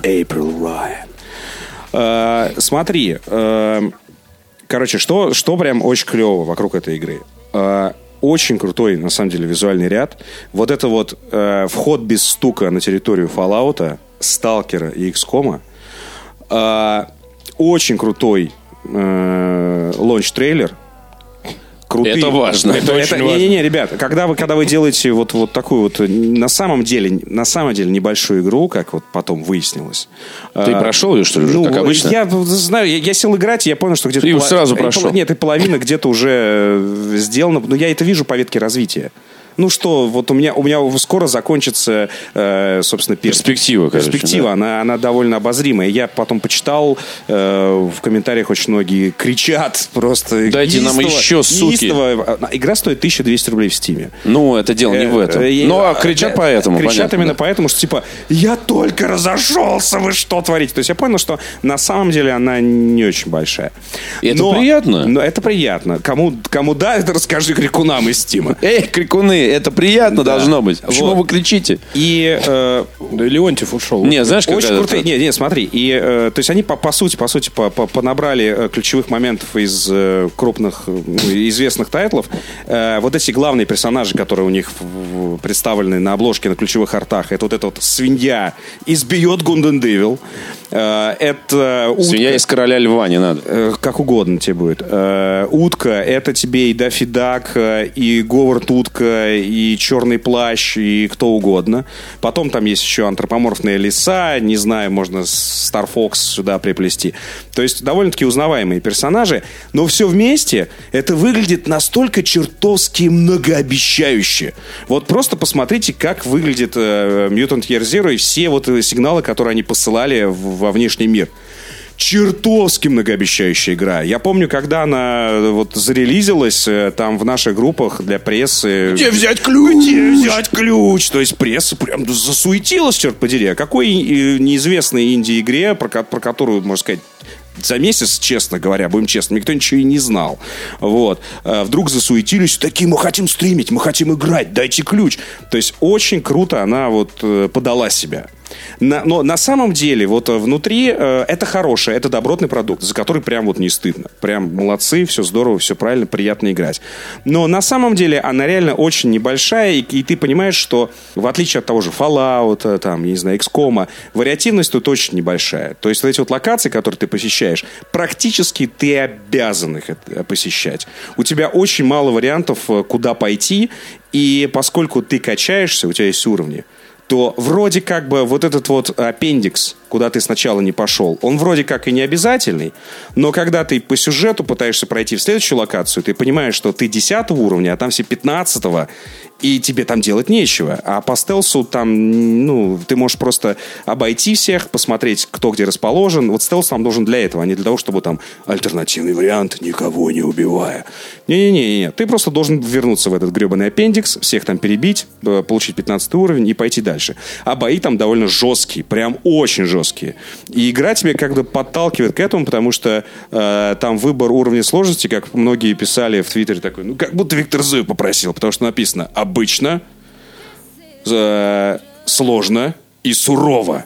April Ryan. Э, смотри, э, короче, что, что прям очень клево вокруг этой игры. Э, очень крутой, на самом деле, визуальный ряд. Вот это вот э, вход без стука на территорию Fallout, Сталкера и XCOM. Э, очень крутой э, лонч-трейлер. Крутые- Это важно. Это очень важно. не, не, ребят, когда вы, когда вы делаете вот, вот такую вот, э, на самом деле, на самом деле небольшую игру, как вот потом выяснилось. Ты э, прошел ее, что ли, уже, ну, как обычно? Я в- знаю, я, я сел играть, и я понял, что где-то... Ты его сразу и пола- прошел. Нет, и половина где-то уже э, сделана. Но я это вижу по ветке развития. Ну что, вот у меня, у меня скоро закончится, э, собственно, пер- Перспектива, короче, перспектива, да. она, она довольно обозримая. Я потом почитал, э, в комментариях очень многие кричат просто. Дайте нам еще, суки. неистово. А, Игра стоит 1200 рублей в Стиме. Ну, это дело не в этом. Э, э, Но э, кричат э, поэтому, Кричат понятно, именно да. поэтому, что типа «Я только разошелся, вы что творите?» То есть я понял, что на самом деле она не очень большая. И это приятно. Но это приятно. Кому, кому да, это расскажи крикунам из Стима. Эй, крикуны, это приятно должно быть. Почему Вот. вы кричите? И э, Да и Леонтьев ушел. Не, знаешь, как очень это- крутые. Не, не, смотри. И, э, то есть они по, по сути, по сути, по, по- понабрали э, ключевых моментов из э, крупных э, ну, известных тайтлов. Э, вот эти главные персонажи, которые у них в- в- представлены на обложке на ключевых артах, это вот эта вот свинья избьет Гундендевил. Э, это утка. Свинья из короля льва не надо. Э, Как угодно тебе будет. Э, Утка, это тебе и Даффи Дак, э, и Говард Утка, и Черный Плащ, и кто угодно. Потом там есть еще антропоморфные леса, не знаю, можно Star Fox сюда приплести. То есть довольно-таки узнаваемые персонажи, но все вместе это выглядит настолько чертовски многообещающе. Вот просто посмотрите, как выглядит э, Mutant Year Zero и все вот э, сигналы, которые они посылали в- во внешний мир чертовски многообещающая игра. Я помню, когда она э, вот зарелизилась, э, там в наших группах для прессы... Где взять ключ? Где взять ключ? То есть пресса прям засуетилась, черт подери. О какой э, неизвестной инди-игре, про, ко- про которую, можно сказать, за месяц, честно говоря, будем честны, никто ничего и не знал. Вот. Э, Вдруг засуетились, такие, мы хотим стримить, мы хотим играть, дайте ключ. То есть очень круто она вот э, подала себя. На- но на самом деле вот э, внутри э, это хорошее, это добротный продукт, за который прям вот не стыдно. Прям молодцы, все здорово, все правильно, приятно играть. Но на самом деле она реально очень небольшая, и, и ты понимаешь, что в отличие от того же Fallout, э, там, я не знаю, XCOM, вариативность тут очень небольшая. То есть вот эти вот локации, которые ты посещаешь, практически ты обязан их э, посещать. У тебя очень мало вариантов, э, куда пойти, и поскольку ты качаешься, у тебя есть уровни, то вроде как бы вот этот вот аппендикс, куда ты сначала не пошел, он вроде как и не обязательный, но когда ты по сюжету пытаешься пройти в следующую локацию, ты понимаешь, что ты 10 уровня, а там все 15 и тебе там делать нечего. А по стелсу там, ну, ты можешь просто обойти всех, посмотреть, кто где расположен. Вот стелс нам нужен для этого, а не для того, чтобы там альтернативный вариант, никого не убивая. Не-не-не, ты просто должен вернуться в этот гребаный аппендикс, всех там перебить, э, получить 15 уровень и пойти дальше. А бои там довольно жесткие, прям очень жесткие. И игра тебя как бы подталкивает к этому, потому что э, там выбор уровня сложности, как многие писали в Твиттере, такой, ну как будто Виктор Зуев попросил, потому что написано «обычно», э, сложно и сурово.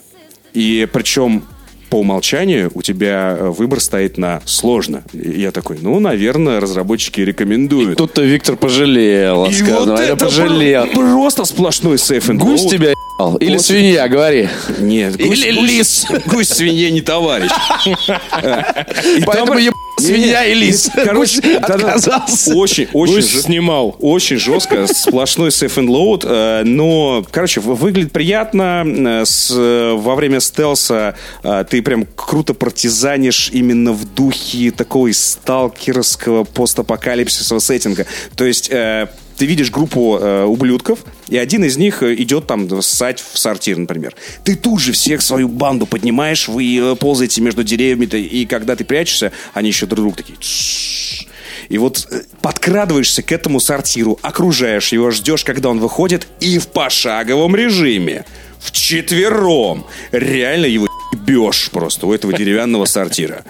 И причем по умолчанию у тебя э, выбор стоит на сложно. И я такой, ну, наверное, разработчики рекомендуют. Тут-то Виктор пожалел. И сказал, вот наверное, это пожалел. был просто сплошной сейф and Гусь load. тебя ебал? Или свинья, говори. Нет, гусь, Или гусь- лис. Гусь свинье не товарищ. И Поэтому там- ебал свинья и лис. Короче, да-да. отказался. Очень, очень. Пусть же- снимал. Очень жестко, сплошной сейф and load, э, но, короче, в- выглядит приятно. э, с, э, во время стелса э, ты прям круто партизанишь именно в духе такого сталкеровского постапокалипсисового сеттинга. То есть... э, ты видишь группу э, ублюдков, и один из них э, идет там ссать в сортир, например. Ты тут же всех свою банду поднимаешь, вы э, ползаете между деревьями, и когда ты прячешься, они еще друг друга такие... «Тш-ш-ш». И вот э, подкрадываешься к этому сортиру, окружаешь его, ждешь, когда он выходит, и в пошаговом режиме, в четвером, реально его бьешь просто у этого деревянного сортира.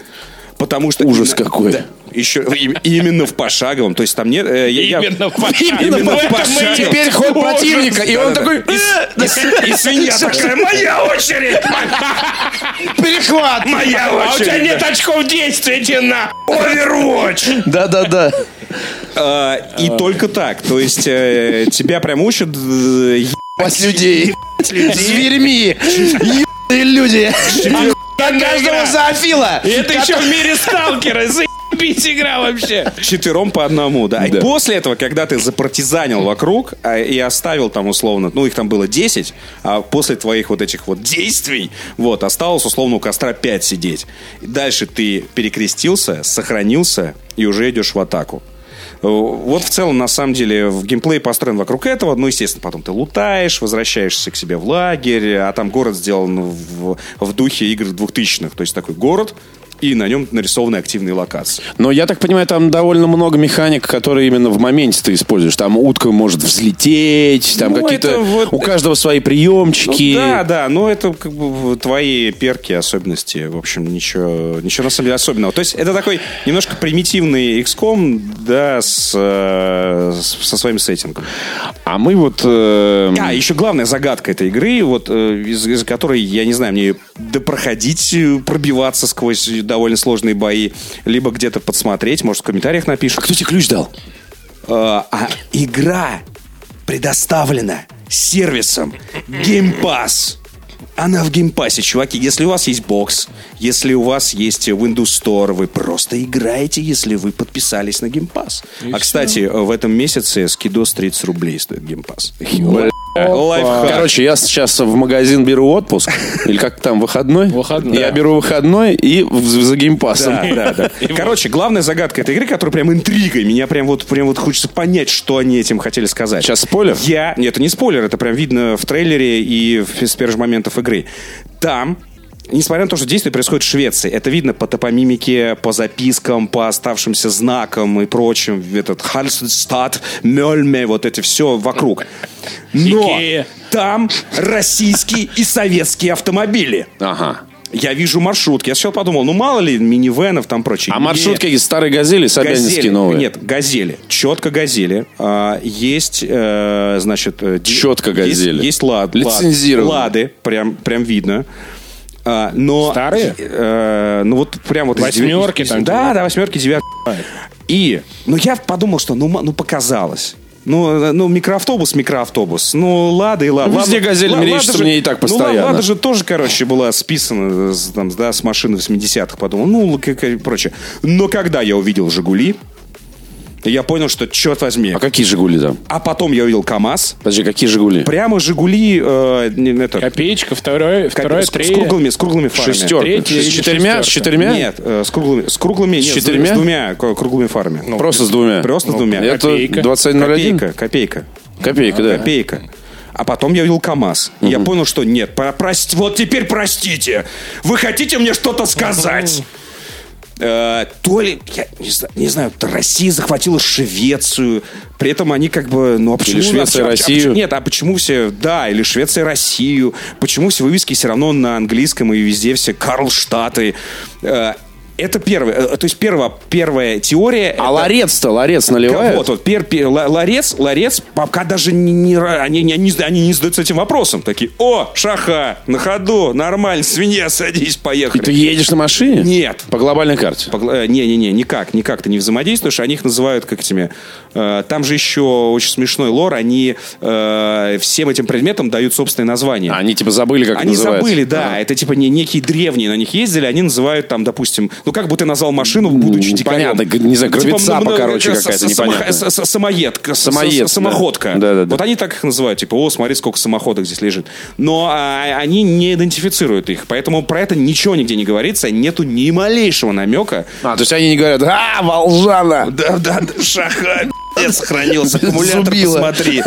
Потому что... Ужас именно- какой. Да, еще и- именно в пошаговом. То есть там нет... э, я- я- Именно в пошаговом. Именно в В этом и- пошаговом. Теперь ход противника, и он Да-да-да. такой... «Э, И с- И свинья такая, моя очередь! Перехват! Моя очередь! А нет очков действия, иди на. Overwatch! Да-да-да. А, И только так. То есть э, тебя прям учат э, Пас людей. Зверьми. Ебаные люди. На каждого зоофила. Это еще в мире сталкера. Заебись игра вообще. четвером по одному, да. И Да. после этого, когда ты запартизанил вокруг а, и оставил там условно, ну их там было 10, а после твоих вот этих вот действий, вот, осталось условно у костра 5 сидеть. И Дальше ты перекрестился, сохранился и уже идешь в атаку. Э, Вот в целом, на самом деле, в геймплей построен вокруг этого. Ну, естественно, потом ты лутаешь, возвращаешься к себе в лагерь, а там город сделан в, в духе игр 2000-х. То есть такой город, и на нем нарисованы активные локации. Но я так понимаю, там довольно много механик, которые именно в моменте ты используешь. Там утка может взлететь, там Ну, какие-то... это вот- У каждого свои Ну, приемчики. да, да, но это как бы в- твои перки, особенности. В общем, ничего, ничего на самом деле особенного. То есть это такой немножко примитивный XCOM, да, с, э, с- со своим сеттингом. А мы вот... э, А, еще главная загадка этой игры, вот э, из, из которой, я не знаю, мне допроходить, э, пробиваться сквозь довольно сложные бои, либо где-то подсмотреть, может, в комментариях напишут. А Кто тебе ключ дал? Э, а игра предоставлена сервисом Game Pass. Она в геймпассе, чуваки. Если у вас есть бокс, если у вас есть Windows Store, вы просто играете, если вы подписались на геймпас. А, кстати, э, в этом месяце скидос 30 рублей стоит геймпас. Лайфхак. Короче, я сейчас в магазин беру отпуск. Или как там, выходной? Выходной. Я беру выходной и в- за геймпасом. Да, да, да. Короче, главная загадка этой игры, которая прям интригой. Меня прям вот, прям вот хочется понять, что они этим хотели сказать. Сейчас спойлер? Я... Нет, это не спойлер, это прям видно в трейлере и в- с первых же моментов игры. Там Несмотря на то, что действие происходит в Швеции, это видно по топомимике, по запискам, по оставшимся знакам и прочим. Этот Хальстад, Мельме, вот это все вокруг. Но Икея. там российские и советские автомобили. Ага. Я вижу маршрутки. Я сначала подумал, ну мало ли минивенов там прочее. А Нет. маршрутки из старой «Газели» Газели. Собянинские новые? Нет, газели. Четко газели. А, есть, э, значит... э, ди- Четко «Газели». Есть, есть лад, Лицензированные. Лады, прям, прям видно. А, но... Старые? Э, ну вот прям вот... из девя- Восьмерки там, типа. Да, да, восьмерки, девятки. И... Ну я подумал, что ну, м- ну показалось. Ну, э, ну, микроавтобус, микроавтобус. Ну, лада и лада. Ну, везде «Газель» мерещится мне и так Ну, постоянно. лада же тоже, короче, была списана с, там, да, с машины 80-х. Подумал, ну, л- как- и прочее. Но когда я увидел «Жигули», я понял, что черт возьми. А какие «Жигули» там? А потом я увидел КАМАЗ. Подожди, какие «Жигули»? Прямо «Жигули» э, не- это, Копеечка, второе, как- второе, с, с третье. круглыми, с круглыми фарами. Шестерка. Третья С или четырьмя? С шестерка? четырьмя? Нет, э, с круглыми, с круглыми, нет, четырьмя? с двумя к- круглыми фарами. Ну, Просто с двумя. Просто с двумя. Это Копейка. 2101? Копейка, копейка. Копейка, да. копейка. А потом я увидел КАМАЗ. И Я понял, что нет, про- прост- вот теперь простите. Вы хотите мне что-то сказать? Э, То ли, я не знаю, не знаю, то Россия захватила Швецию. При этом они как бы, ну а почему... Швеция а поч- а Россию. поч- нет, а почему все, да, или Швеция Россию. Почему все вывески все равно на английском и везде все Карлштаты. Э, Это первое. Э, То есть первая, первая теория... А ларец-то, ларец наливает? Вот, вот, пер, пер- ла- ларец, ларец, пока даже не, не ра- они, не- они, не- они не задаются этим вопросом. Такие, о, шаха, на ходу, нормально, свинья, И садись, ты поехали. едешь на машине? Нет. По глобальной карте? Погла- э, Не-не-не, никак, никак ты не взаимодействуешь. Они их называют как этими... э, там же еще очень смешной лор. Они э, всем этим предметам дают собственные названия. А Они типа забыли, как Они это называется. забыли, да. Это типа не, некие древние на них ездили, они называют там, допустим, ну как бы ты назвал машину, будучи Ну, дикарем. понятно, г- не знаю, гравицапа, ну, ну, короче, с- какая-то с- само- непонятная. с- с- Самоедка. с- Самоед, с- Самоходка. да. Да-да-да. Вот они так их называют, типа, о, смотри, сколько самоходок здесь лежит. Но а, они не идентифицируют их, поэтому про это ничего нигде не говорится, нету ни малейшего намека. А, то есть они не говорят, а, Волжана! Да, да, да, шаха, пи***ц, сохранился аккумулятор, Зубило. посмотри.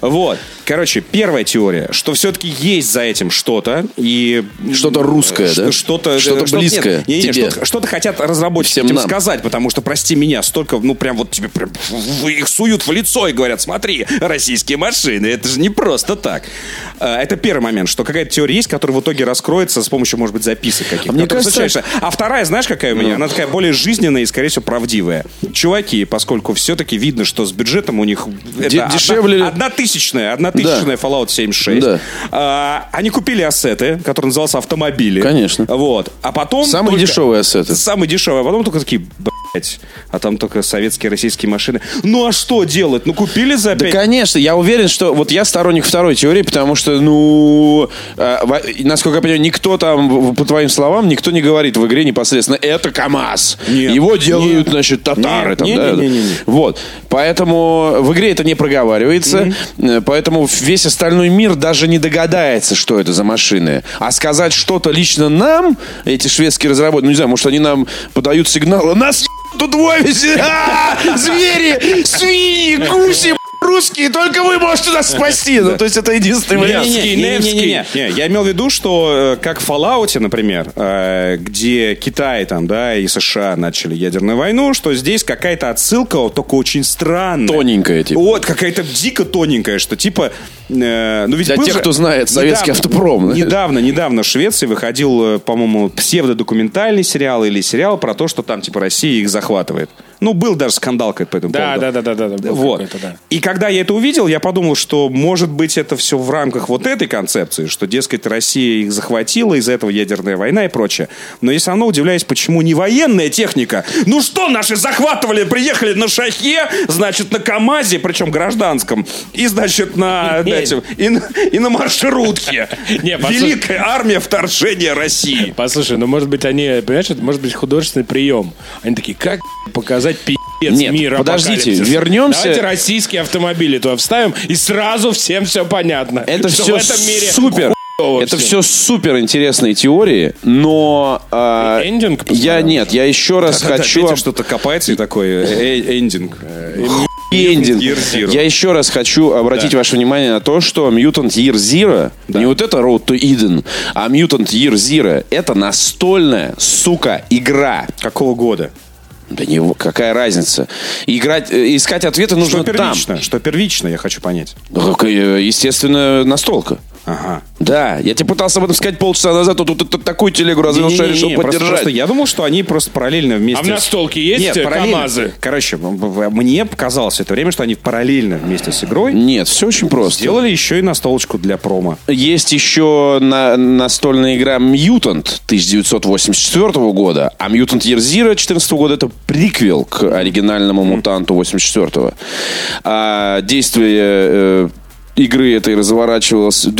Вот. Короче, первая теория, что все-таки есть за этим что-то. и Что-то русское, Ш- да? Что-то Что-то нет, близкое не-не, тебе. что-то- Что-то хотят разработчики Всем этим нам. сказать, потому что, прости меня, столько, ну прям вот тебе прям в- их суют в лицо и говорят, смотри, российские машины, это же не просто так. А, Это первый момент, что какая-то теория есть, которая в итоге раскроется с помощью, может быть, записок каких-то. мне которые кажется, встречаешься. А вторая, знаешь, какая у меня? Она такая более жизненная и, скорее всего, правдивая. Чуваки, поскольку все-таки видно, что с бюджетом у них... это дешевле- Одна, одна тысячная, одна тысячная Fallout 76. Да. А, они купили ассеты, которые назывался автомобили. Конечно. Вот. А потом... Самые только- дешевые ассеты. Самые дешевые. А потом только такие, блядь, а там только советские, российские машины. Ну а что делать? Ну купили за Да, пять... конечно, я уверен, что вот я сторонник второй теории, потому что, ну, э, во- и, насколько я понимаю, никто там, в- в- по твоим словам, никто не говорит в игре непосредственно, это КАМАЗ. Нет. Его делают, значит, татары Нет, там, не- да? не- не- не- не. Вот. Поэтому в игре это не проговаривается, э, поэтому весь остальной мир даже не догадается, что это за машины. А сказать что-то лично нам, эти шведские разработчики, ну, не знаю, может, они нам подают сигнал, «А нас ебут тут в офисе! А, Звери, свиньи, гуси, б***ь, русские, только вы можете нас спасти. Ну, то есть это единственный вариант. Не-не-не, не-не-не-не. Не, Я имел в виду, что э, как в Fallout, например, э, где Китай там, да, и США начали ядерную войну, что здесь какая-то отсылка, вот, только очень странная. Тоненькая, типа. Вот, какая-то дико тоненькая, что типа... э, ну ведь Для был тех, же- кто знает советский автопром, да? Недавно, недавно в Швеции выходил, э, по-моему, псевдодокументальный сериал или сериал про то, что там типа Россия их захватывает. Ну, был даже скандал как по этому Да, поводу. да, да, да, да, да, был Вот. какой-то, да. И когда я это увидел, я подумал, что, может быть, это все в рамках вот этой концепции, что, дескать, Россия их захватила, из-за этого ядерная война и прочее. Но я все равно удивляюсь, почему не военная техника. Ну что, наши захватывали, приехали на шахе, значит, на КАМАЗе, причем гражданском, и, значит, на, этим, и, на- и на маршрутке. Не, послушай. Великая армия вторжения России. Послушай, ну может быть они, понимаешь, это может быть художественный прием. Они такие, как показать пи***ц Нет, мир подождите, апокалипсис? вернемся- Давайте российские автомобили туда вставим, и сразу всем все понятно. Это Что все в этом мире супер. хуёво Это всё. все супер интересные теории, но а, Ты эндинг посмотрел? я нет, я еще раз хочу Петя об- что-то копается и такой э, эндинг. эндинг. Year Zero. Я еще раз хочу обратить ваше внимание на то, что Mutant Year Zero не вот это Road to Eden, а Mutant Year Zero это настольная сука игра. Какого года? Да не, какая разница? Играть, э, искать ответы нужно Что там. первично? Что первично, я хочу понять. Ну, как, э, Естественно, настолка. Ага. Да, я тебе пытался об этом сказать полчаса назад, но тут ты такую телегу развел, что я решил Не-не-не, просто- поддержать. просто я думал, что они просто параллельно А вместе... в настолке есть Нет, э, параллельно. КАМАЗы? Короче, м- м- мне показалось это время, что они параллельно вместе с игрой Нет, все очень просто. сделали еще и настолочку для промо. Есть еще на- настольная игра Mutant 1984 года, а Mutant Year Zero 2014 года это приквел к оригинальному Мутанту 84 А действие э, игры этой разворачивалось в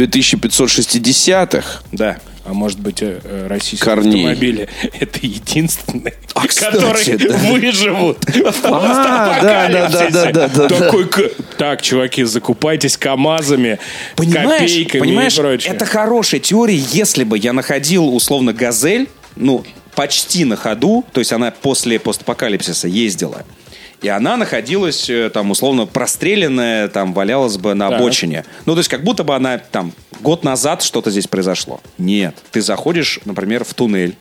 2560-х. Да. А может быть, э, э, российские Корней. А, автомобили это единственные, кстати, которые да. выживут. А, да, да, да, да, да, да, да. Такой, к- так, чуваки, закупайтесь КАМАЗами, Понимаешь, копейками понимаешь и прочее. это хорошая теория, если бы я находил, условно, «Газель», ну, почти на ходу, то есть она после постапокалипсиса ездила, и она находилась, э, там, условно, простреленная, там, валялась бы на Так. обочине. Ну, то есть как будто бы она, там, год назад что-то здесь произошло. Нет. Ты заходишь, например, в туннель,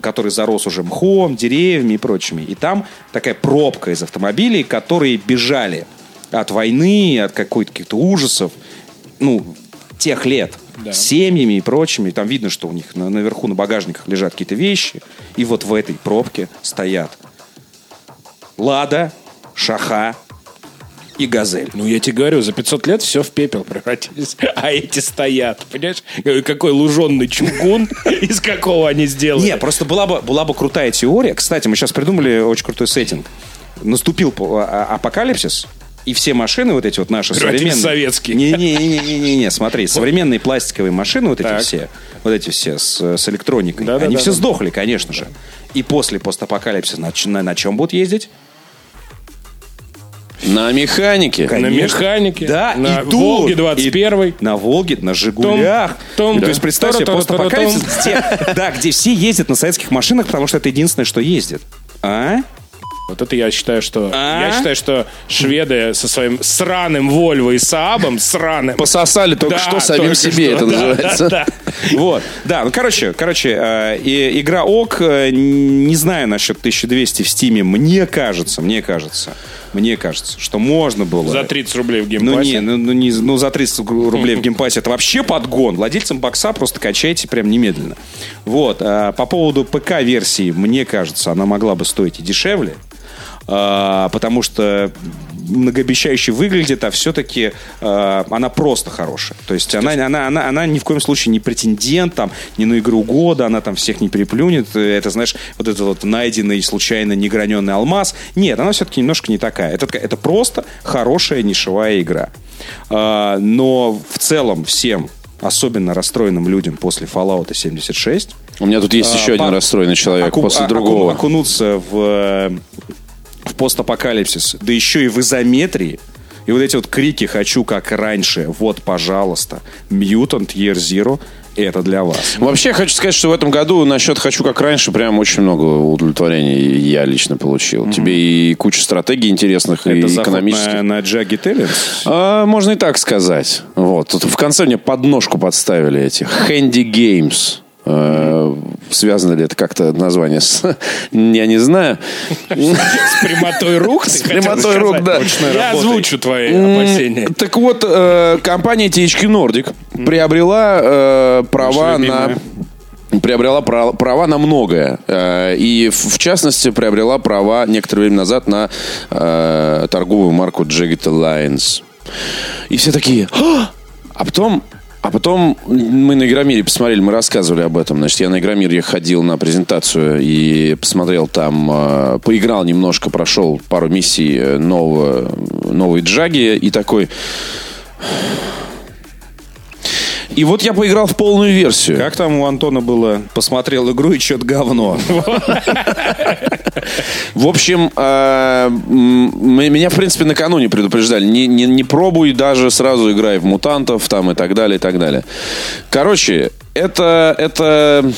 который зарос уже мхом, деревьями и прочими. И там такая пробка из автомобилей, которые бежали от войны, от какой-то каких-то ужасов, ну, тех лет, с семьями и прочими. Там видно, что у них на- наверху на багажниках лежат какие-то вещи. И вот в этой пробке стоят Лада, Шаха и Газель. Ну, я тебе говорю, за 500 лет все в пепел превратились. А эти стоят, понимаешь? Э, Какой луженный чугун, из какого они сделали. Не, просто была бы, была бы крутая теория. Кстати, мы сейчас придумали очень крутой сеттинг. Наступил по- а- апокалипсис, и все машины вот эти вот наши Превратились современные... в советские. Не-не-не-не-не, смотри, современные пластиковые машины вот эти Так. все, вот эти все с, э, с электроникой, Да-да-да-да. они все сдохли, конечно же. И после постапокалипсиса на, ч- на- на чем будут ездить? На механике. на конечно. механике, Да, на и тут- Волге 21 и На Волге, на Жигулях. Том, Ну, да. То есть представь себе Тара-тара-тара-там. постапокалипсис, где- да, где все ездят на советских машинах, потому что это единственное, что ездит. А? Вот это я считаю, что... А? Я считаю, что шведы со своим сраным Вольво и Саабом, сраным... Пососали только Да, что самим только себе, что. это Да, называется. да, Вот, да, ну, короче, короче, э, и игра ОК, э, не знаю насчет 1200 в Стиме, мне кажется, мне кажется, мне кажется, что можно было... да. За 30 рублей в Ну геймпассе. не, ну, ну, не, ну за 30 гру- рублей в геймпассе это вообще подгон. Владельцам бокса просто качайте прям немедленно. Вот, а, по поводу ПК-версии, мне кажется, она могла бы стоить и дешевле. а, Потому что многообещающе выглядит, а все-таки она просто хорошая. То есть она, она, она, она ни в коем случае не претендент, там, не на игру года, она там всех не переплюнет. э, Это, знаешь, вот этот вот найденный случайно неграненный алмаз. Нет, она все-таки немножко не такая. Это, такая- это просто хорошая нишевая игра. А, Но в целом всем, особенно расстроенным людям после Fallout 76, У меня тут есть еще а, один пап- расстроенный человек оку- Э, после а- другого. оку- окунуться в, э, в постапокалипсис, да еще и в изометрии. И вот эти вот крики «хочу как раньше», «вот, пожалуйста», «Mutant Year Zero» — это для вас. Вообще, хочу сказать, что в этом году насчет «Хочу как раньше» прям очень много удовлетворений я лично получил. Тебе и куча стратегий интересных, и Это заход экономических. на, на Джаги Теллинс. А, можно и так сказать. Вот. Тут в конце мне подножку подставили эти. Handy Games. Э, Связано ли это как-то название с... Я не знаю. С прямотой рук? ты С хотел прямотой рук, сказать? да. Я озвучу твои опасения. Так вот, э, компания THQ Nordic приобрела э, права Наша любимая. на приобрела пра- права на многое. Э, И, в в частности, приобрела права некоторое время назад на э, торговую марку Jagged Alliance. И все такие... «А!» А потом... А потом мы на Игромире посмотрели, мы рассказывали об этом. Значит, я на Игромире ходил на презентацию и посмотрел там, э, поиграл немножко, прошел пару миссий э, нового, новой джаги и такой... И вот я поиграл в полную версию. Как там у Антона было? Посмотрел игру и что-то говно. В общем, э, м, м- меня, в принципе, накануне предупреждали. Не, не, не пробуй даже, сразу играй в мутантов там и так далее, и так далее. Короче, это... это...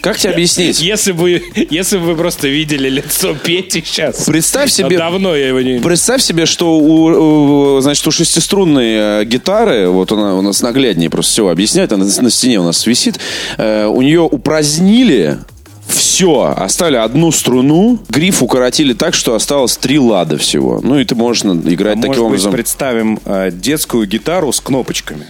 Как тебе объяснить? Если бы, если бы вы просто видели лицо Пети сейчас. Представь себе... Давно я его не... Представь себе, что у, у, значит, у шестиструнной э, гитары, вот она у нас нагляднее просто всего объясняет, она на стене у нас висит, э, у нее упразднили все, оставили одну струну, гриф укоротили так, что осталось три лада всего. Ну и ты можешь на- играть таким Может быть, образом. представим э, детскую гитару с кнопочками.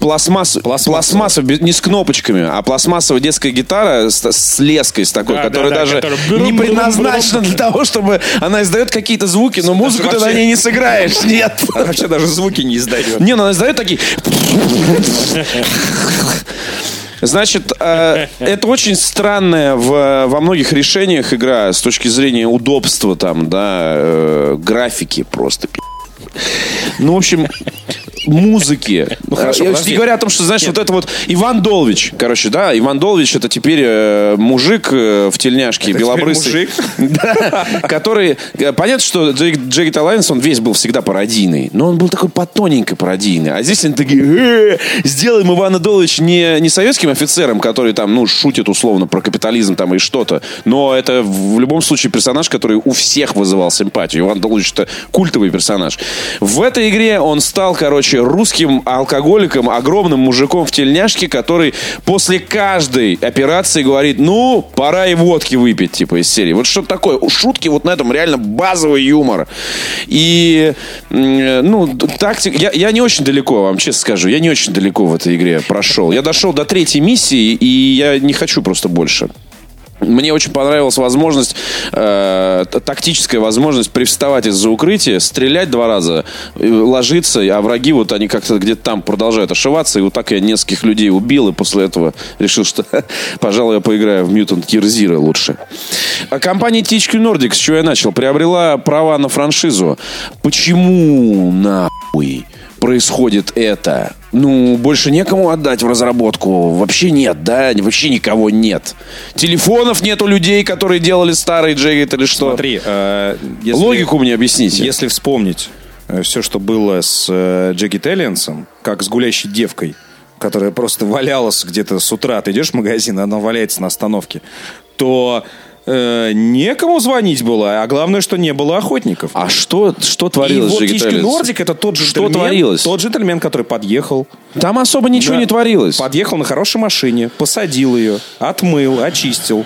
Пластмасс, пластмассовый, без- не с кнопочками, а пластмассовая детская гитара с, с леской, с такой, Да, которая да, да, даже которая брум, не брум, предназначена для того, чтобы она издает какие-то звуки, но музыку ты на вообще- ней не сыграешь. Нет. Она вообще даже звуки не издает. Не, ну она издает такие... Значит, э, это очень странная в- во многих решениях игра с точки зрения удобства там, да, э, графики просто. пи***. Ну, в общем, музыки. Э, ну, Э, хорошо, Я уж подожди. не говоря о том, что, знаешь, вот это вот Иван Долвич. Короче, да, Иван Долвич это теперь э, мужик э, в тельняшке, белобрысый. Да, который... э, Понятно, что Джерри Alliance, он весь был всегда пародийный, но он был такой потоненько пародийный. А здесь они такие, «Э, сделаем Ивана Доловича не, не советским офицером, который там, ну, шутит условно про капитализм там и что-то, но это в в любом случае персонаж, который у всех вызывал симпатию. Иван Долович это культовый персонаж. В этой игре он стал, короче, русским алкоголиком, огромным мужиком в тельняшке, который после каждой операции говорит, ну, пора и водки выпить, типа, из серии. Вот что такое. У Шутки вот на этом реально базовый юмор. И, м, ну, д- тактик... Я, я не очень далеко, вам честно скажу, я не очень далеко в этой игре прошел. Я дошел до третьей миссии, и я не хочу просто больше. Мне очень понравилась возможность, э, т- тактическая возможность привставать из-за укрытия, стрелять два раза, э, ложиться, а враги вот они как-то где-то там продолжают ошиваться. И вот так я нескольких людей убил, и после этого решил, что, пожалуй, я поиграю в Mutant Year Zero лучше. А Компания THQ Nordic, с чего я начал, приобрела права на франшизу. Почему нахуй? происходит это? Ну, больше некому отдать в разработку. Вообще нет, да? Вообще никого нет. Телефонов нет у людей, которые делали старые джегет или что. Смотри, э, если- Логику мне объясните. Если вспомнить все, что было с э, Джеки Теллиансом, как с гулящей девкой, которая просто валялась где-то с утра, ты идешь в магазин, она валяется на остановке, то э, некому звонить было, а главное, что не было охотников. А что, что И творилось вот с Jagged «Птички Alliance? Нордик» это тот джентльмен, творилось? тот джентльмен, который подъехал, Там особо ничего Да. не творилось. подъехал на хорошей машине, посадил ее, отмыл, очистил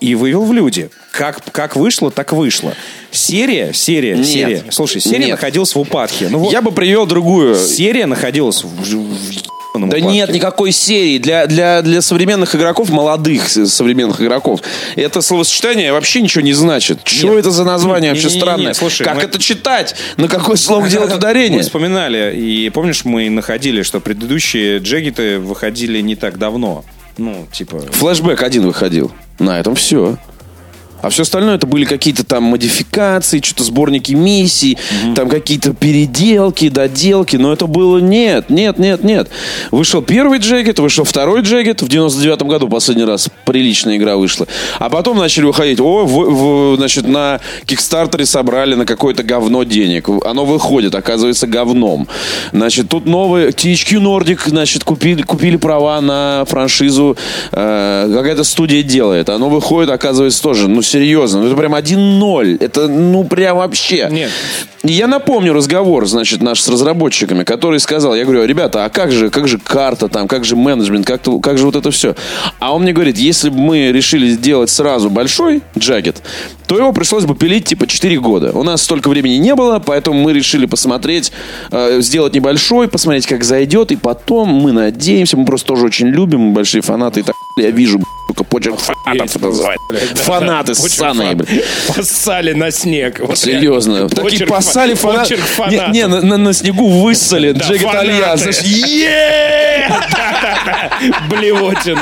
и вывел в люди. Как, как вышло, так вышло. Серия, серия, Нет. серия. Слушай, серия Нет. находилась в упадке. Ну, вот Я бы привел другую. серия находилась в, ж- в ебаном Да упадке. нет никакой серии. Для, для, для современных игроков, молодых с- современных игроков, это словосочетание вообще ничего не значит. Что Нет. это за название Не-не-не, вообще странное? слушай, как мы- это читать? На какой слог делать Мы ударение? вспоминали, и помнишь, мы находили, что предыдущие джегиты выходили не так давно. Ну, типа... Флэшбэк один выходил. На этом все. А все остальное это были какие-то там модификации, что-то сборники миссий, там какие-то переделки, доделки. Но это было нет, нет, нет, нет. Вышел первый джегет, вышел второй джегет. В 99-м году последний раз приличная игра вышла. А потом начали выходить. О, в- в- значит, на Кикстартере собрали на какое-то говно денег. Оно выходит, оказывается, говном. Значит, тут новые THQ Nordic, значит, купили, купили права на франшизу. э, какая-то студия делает. Оно выходит, оказывается, тоже. Ну, серьезно. Ну, это прям 1-0. Это, ну, прям вообще. Нет. И Я напомню разговор, значит, наш с разработчиками, который сказал, я говорю, ребята, а как же, как же карта там, как же менеджмент, как, то- как же вот это все? А он мне говорит, если бы мы решили сделать сразу большой джагет, то его пришлось бы пилить типа 4 года. У нас столько времени не было, поэтому мы решили посмотреть, э, сделать небольшой, посмотреть, как зайдет, и потом мы надеемся, мы просто тоже очень любим, мы большие фанаты и так, я вижу, б***ь, только почерк А фанатов это называется. Фанаты, ссаные, блядь. Поссали на снег. Вот Серьезно. реально. Такие Почерк фа- поссали фанаты. почерк Не, фанатов. не, на, на- на снегу выссали. Джек фанаты. Италья. Знаешь, «Е-е-е!» Блевотину.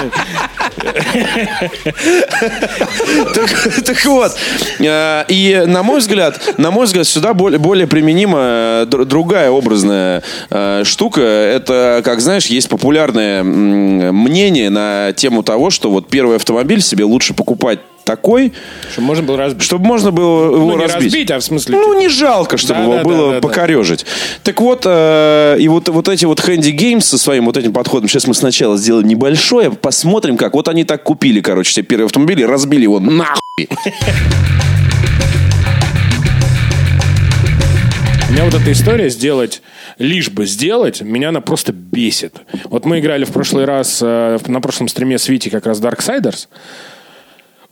Так так вот. э, И, на мой взгляд, на мой взгляд, сюда более, более применима э, др- другая образная э, штука. Это, как знаешь, есть популярное м, мнение на тему того, что вот первый автомобиль себе лучше покупать такой, Чтобы можно было разбить. чтобы можно было его Ну, не разбить. разбить, а в смысле... Ну, не жалко, чтобы Да, его да, было да, да, да. покорежить. Так вот, э, и вот, вот эти вот Handy Games со своим вот этим подходом, сейчас мы сначала сделаем небольшое, посмотрим как. Вот они так купили, короче, себе первый автомобиль и разбили его нахуй. Меня вот эта история сделать, лишь бы сделать, меня она просто бесит. Вот мы играли в прошлый раз, э, в- на прошлом стриме с Вити как раз Darksiders.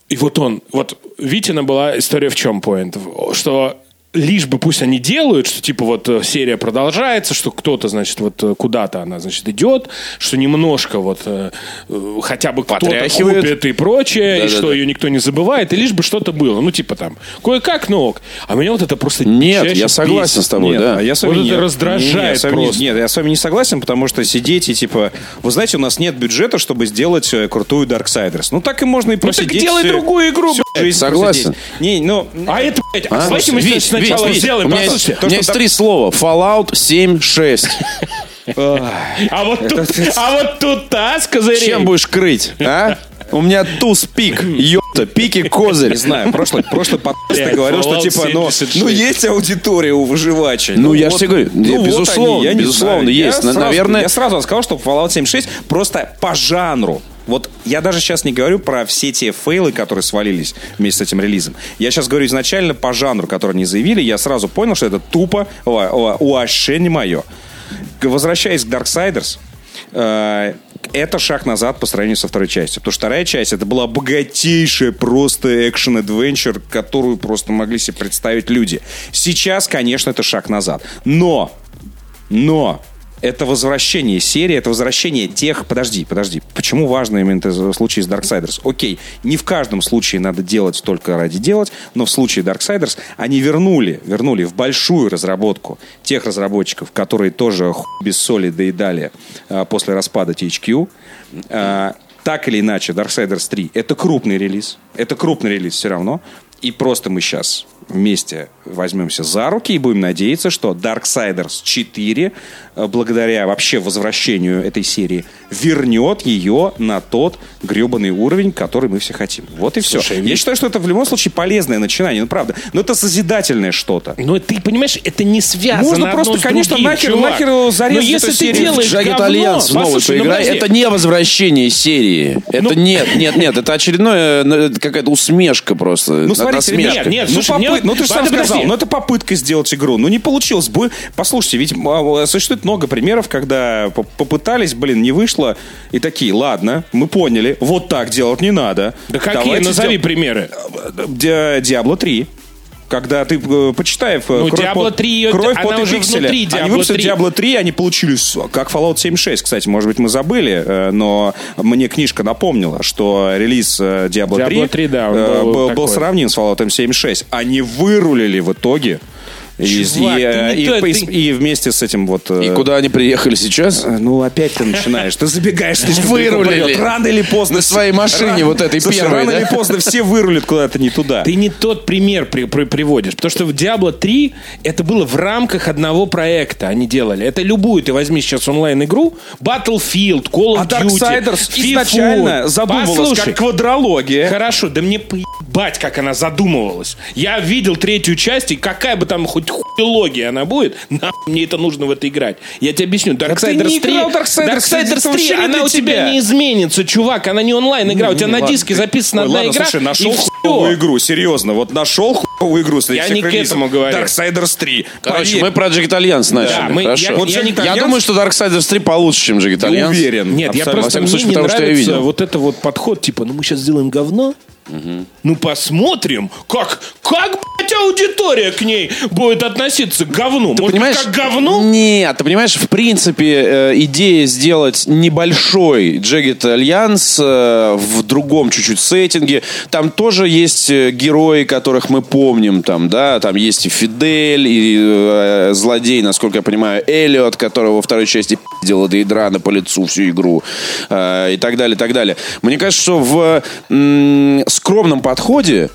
И вот он, вот Витина была история в чем поинт? В- Что лишь бы пусть они делают, что типа вот э, серия продолжается, что кто-то, значит, вот э, куда-то она, значит, идет, что немножко вот э, э, хотя бы кто-то Потряхивает. купит и прочее, и Да-да-да. что ее никто не забывает, и лишь бы что-то было. Ну, типа там, кое-как, но ок. А меня вот это просто Нет, чаще я согласен бесит. с тобой, Нет, да. а я с вами Вот это нет. раздражает Не, не, я с вами не- просто. нет, я с вами не согласен, потому что сидеть и типа, вы знаете, у нас нет бюджета, чтобы сделать э, крутую Darksiders. Ну так и можно и просидеть. делай всю- другую игру, всю блядь. жизнь Согласен. просидеть. Не, ну, А это, блядь, а А? давайте мы Вить, сначала Вить, Вить, сделаем. У меня есть, послушайте. у меня есть три слова. Fallout 7, 6. А вот тут, а вот тут та с козырей. Чем будешь крыть, а? У меня туз пик, ёпта, пики козырь. не знаю, прошлый, прошлый подкаст ты Блядь, говорил, что Fallout типа, ну, 76. ну есть аудитория у выживачей. Ну, я ж вот- тебе говорю, я- вот безусловно, не безусловно, знаю. Я есть. На- сразу- наверное- Я сразу сказал, что Fallout 76 просто по жанру. Вот я даже сейчас не говорю про все те фейлы, которые свалились вместе с этим релизом. Я сейчас говорю изначально по жанру, который они заявили. Я сразу понял, что это тупо ва- ва- вообще не мое. Возвращаясь к Darksiders, э, это шаг назад по сравнению со второй частью. Потому что вторая часть это была богатейшая просто экшен-адвенчер, которую просто могли себе представить люди. Сейчас, конечно, это шаг назад. Но но это возвращение серии, это возвращение тех... Подожди, подожди. Почему важно именно это случай с Darksiders? Окей, не в каждом случае надо делать только ради делать, но в случае Darksiders они вернули, вернули в большую разработку тех разработчиков, которые тоже хуй без соли доедали а, после распада THQ. А, так или иначе, Darksiders 3 — это крупный релиз. Это крупный релиз все равно. И просто мы сейчас вместе возьмемся за руки и будем надеяться, что Darksiders 4, э, благодаря вообще возвращению этой серии, вернет ее на тот гребаный уровень, который мы все хотим. Вот и все. Я считаю, что это в любом случае полезное начинание, ну правда. Но это созидательное что-то. Ну, ты понимаешь, это не связано Можно одно просто, с конечно, другим, нахер- чувак. нахер его зарезать, Но если эту ты серию. делаешь Джагет говно... Альянс новый Послушай, ну, поиграй. подожди. Ну. это не возвращение серии. Это нет, нет, нет. Это очередная э, какая-то усмешка просто. Ну, На- смотрите, насмешка. ребят, нет, ну, слушай, мне попыт- вот- ну, ты же сам Ладно, сказал, подожди. ну, это попытка сделать игру. Ну, не получилось. Бы... Послушайте, ведь а, а, существует много примеров, когда по- попытались, блин, не вышло, и такие, ладно, мы поняли, вот так делать не надо. Да какие? Давайте Назови сдел- примеры. Ди- Диабло 3. Когда ты, э, почитаев, э, Ну, кровь, Diablo пот- 3 её- кровь, она пот и уже пиксели. внутри Diablo Они выпустили 3. Diablo 3, они получили с- как Fallout 76. Кстати, может быть, мы забыли, э, но мне книжка напомнила, что релиз э, Diablo, Diablo 3, 3, да, он э, был был, был такой. сравним с Fallout 76. Они вырулили в итоге И- Чувак, и, э, ты не и то- по- ты- и вместе с этим вот... э, И куда они приехали сейчас? э, Ну, опять ты начинаешь. Ты забегаешь слишком далеко Вырулили. вперед. Рано или поздно... На своей машине вот этой Слушай, первой, Рано да? или поздно все вырулят куда-то не туда. Ты не тот пример при- при- приводишь. Потому что в Diablo 3 это было в рамках одного проекта они делали. Это любую ты возьми сейчас онлайн-игру. Battlefield, Call of А Duty, Darksiders FIFA. изначально задумывалась Послушай, как квадрология. Хорошо, да мне поебать, как она задумывалась. Я видел третью часть, и какая бы там хоть хуйлогия она будет, нахуй мне это нужно в это играть. Я тебе объясню. ты не Darksiders 3, играл в Darksiders, это Darksiders 3 вообще не она для у тебя тебя. не изменится, чувак. Она не онлайн игра. У тебя на диске записана Ой, одна ладно, игра. слушай, и нашел всё. хуевую игру, серьезно. Вот нашел хуевую игру среди Я всех не к релизов. этому говорю. Darksiders 3. Короче, Поверь. мы про Джигитальянс начали. мы- Хорошо. я- Вот я Jack не- Italians- я думаю, что Darksiders 3 получше, чем Я Джигитальянс. уверен. Нет, я Абсолютно. Во просто всяком мне случае, не потому что я нравится видел. вот это вот подход, типа, ну мы сейчас сделаем говно, ну посмотрим, как, как, блядь, аудитория к ней будет относиться к говну. Может, понимаешь? как к говну? Нет, ты понимаешь, в принципе, э, идея сделать небольшой Джегет Альянс э, в другом чуть-чуть сеттинге. Там тоже есть э, герои, которых мы помним, там, да, там есть и Фидель, и э, злодей, насколько я понимаю, Эллиот, которого во второй части пиздила до Идрана по лицу всю игру, э, и так далее, и так далее. Мне кажется, что в м, скромном подходе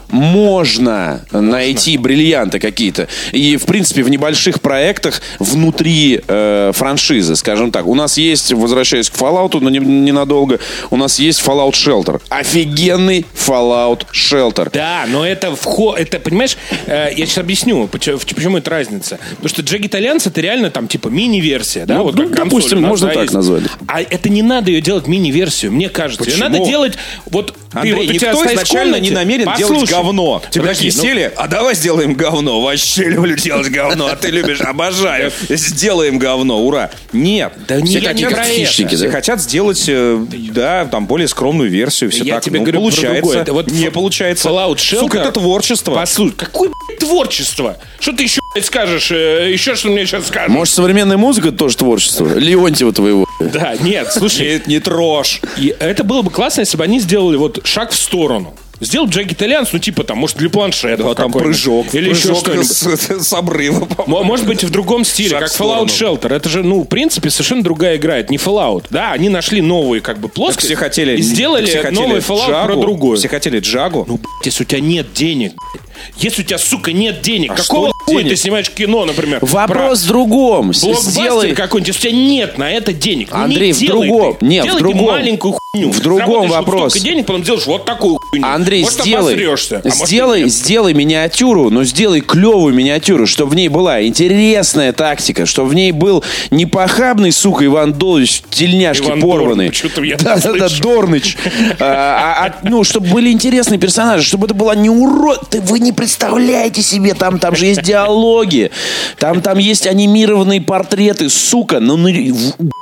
можно найти бриллианты какие-то. И, в принципе, в небольших проектах внутри э, франшизы, скажем так. У нас есть, возвращаясь к Fallout, но не- ненадолго, у нас есть Fallout Shelter. Офигенный Fallout Shelter. Да, но это вход, это, понимаешь, э, я сейчас объясню, почему, почему это разница. Потому что Джек Итальянс это реально там типа мини-версия, да? Ну, вот ну, как консоль допустим, у нас, можно да, так есть. назвать. А это не надо ее делать мини-версию, мне кажется. Ее Почему? надо делать вот... ты Андрей, вот у тебя никто стоишь в изначально не комнате, намерен послушай. делать говно. Тебя Подожди, такие ну- сели, а давай сделаем говно. Вообще люблю делать говно, а ты любишь, обожаю. Сделаем говно, ура. Нет. Да не, я хотят- не про это. хищники, Все да? хотят сделать, э, да, там, более скромную версию. Все я так, тебе ну, говорю про получается. другое. Это вот не ф- получается. Fallout Shelter- Сука, это творчество. Послушай, какое блядь, творчество? Что ты еще блядь, скажешь? э, Еще что мне сейчас скажешь? Может, современная музыка тоже творчество? Леонтьева твоего. Да, нет, слушай, Не, не трожь. И это было бы классно, если бы они сделали вот шаг в сторону. Сделал Джек Итальянс, ну типа там, может, для планшета. А там прыжок. Или еще прыжок что-нибудь. с, с обрыва. М- а Может быть, в другом стиле, Шаг как в Fallout сторону. Shelter. Это же, ну, в принципе, совершенно другая игра. Это не Fallout. Да, они нашли новые, как бы, плоскость. Все хотели... И сделали все хотели новый Fallout про Джагу, другую. Все хотели Джагу. Ну, блядь, если у тебя нет денег, блядь. если у тебя, сука, нет денег, какого что хуя денег? ты снимаешь кино, например? А Вопрос в другом. Про блокбастер Сделай... какой-нибудь, если у тебя нет на это денег. ну, Андрей, не в делай другом. ты. Нет, в Делай ты другом. маленькую хуйню. В другом Заработаешь вот вопрос. столько денег, потом делаешь вот такую хуйню. Андрей, Может, сделай, обосрешься, а может, и сделай, нет. сделай миниатюру, но сделай клевую миниатюру, чтобы в ней была интересная тактика, чтобы в ней был не похабный, сука, Иван Долович, тельняшки Иван Дорн, порванный. почему-то я да, не да, да, слышу. Дорныч. А, а, а, ну, чтобы были интересные персонажи, чтобы это была не урод. Ты- Вы не представляете себе, там, там же есть диалоги, там, там есть анимированные портреты, сука. Ну, ну,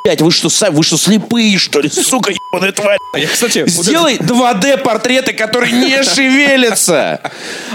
блядь, вы что, са- вы что, слепые, что ли, сука, ебаная тварь? Я, кстати, вот Сделай 2D портреты, которые не шевелятся.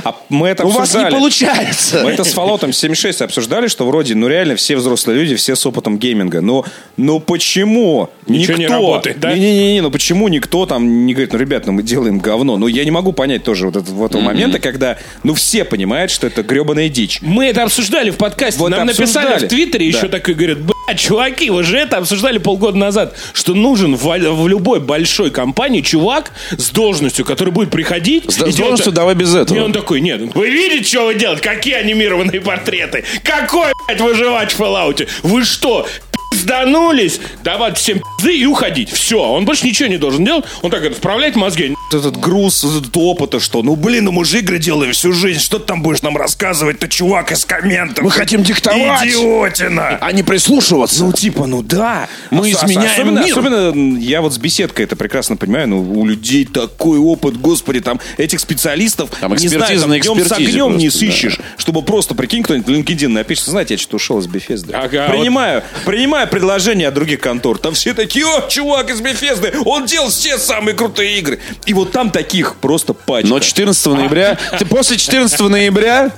А мы это У вас не обсуждали. Мы получается. это с Fallout 76 обсуждали, что вроде, ну реально все взрослые люди, все с опытом гейминга. Но, но почему Ничего никто... не работает, да? Не-не-не, ну почему никто там не говорит, ну, ребят, ну мы делаем говно. Ну я не могу понять тоже вот этого, вот этого момента, когда, ну все понимают, что это гребаная дичь. Мы это обсуждали в подкасте. Вот Нам написали обсуждали. в Твиттере Да. еще такой, говорят, бля, чуваки, вы же это обсуждали полгода назад, что нужен в, в любой большой компании чувак с должностью, который будет приходить... С должностью давай без этого. И он такой, нет, вы видите, что вы делаете? Какие анимированные портреты? Какой, блядь, выживать в Fallout? Вы что, пизданулись? Давать всем пизды и уходить. Все, он больше ничего не должен делать. Он так это, вправляет мозги. Вот этот груз вот этот опыта, что, ну блин, ну мы же игры делаем всю жизнь, что ты там будешь нам рассказывать, ты чувак из комментов. Мы хотим диктовать. Идиотина. А не прислушиваться. Ну, типа, ну да. Мы Ос- ос- изменяем особенно, мир. Особенно м, я вот с беседкой это прекрасно понимаю. Ну, у людей такой опыт, господи, там этих специалистов, Там не знаю, экспертиза там на днем с экспертизе огнем не просто, да. сыщешь. Чтобы просто, прикинь, кто-нибудь на LinkedIn напишет, знаете, я что-то ушел из Бефезды. Ага, принимаю, принимаю предложение от других контор. Там все такие, о, чувак из Бефезды, он делал все самые крутые игры. И вот там таких просто пачка. Но 14 ноября... Ты после 14 ноября...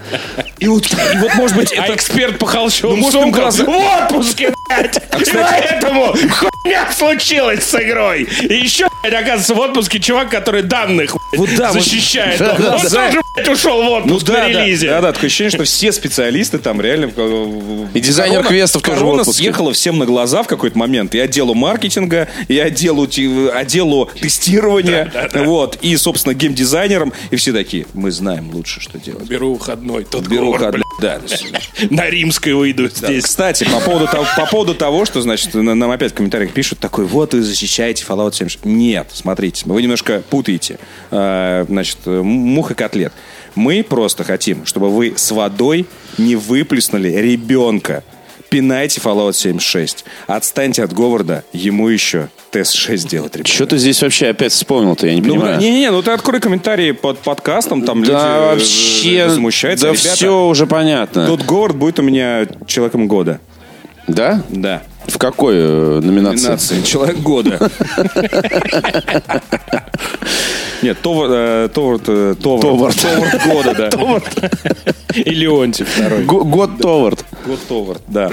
И, вот, и вот, может быть, А это... эксперт по холщовым Ну, может, им сумкам глаза- в А, отпуске, блядь! И поэтому хуйня случилась с игрой! И еще, блядь, оказывается, в отпуске чувак, который данных Вот да, вот- защищает. Да, да, он да. тоже, блядь, ушел в Ну отпуск на да, да, релизе. да, да, такое ощущение, что все специалисты там реально... в- в- в- И дизайнер Корона- квестов тоже в Корона отпуске. съехала всем на глаза в какой-то момент. И отделу маркетинга, и отделу, ти- отделу тестирования, а, вот, и, собственно, геймдизайнерам. И все такие, мы знаем лучше, что делать. Беру выходной, тот говорит, Беру кад- да, «Блядь, на римской выйду здесь. Кстати, по поводу, того, по поводу того, что, значит, на- нам опять в комментариях пишут, такой, вот вы защищаете Fallout 76. Нет, смотрите, вы немножко путаете, э, значит, э, м- мух и котлет. Мы просто хотим, чтобы вы с водой не выплеснули ребенка. Пинайте Fallout 76. Отстаньте от Говарда, ему еще тест-6 делать, ребята. Что ты здесь вообще опять вспомнил-то, я не Ну, понимаю. не-не-не, ну ты открой комментарии под подкастом, там да люди э, вообще, возмущаются. да Ребята, Ну, все уже понятно. Тот Говард будет у меня человеком года. Да? Да. В какой э, номинации? Номинации «Человек года». Нет, Товар, э, Товар, э, Товар, Товард. Товард года, да. И Леонтьев второй. Го- Год Товард. Год Товард, да.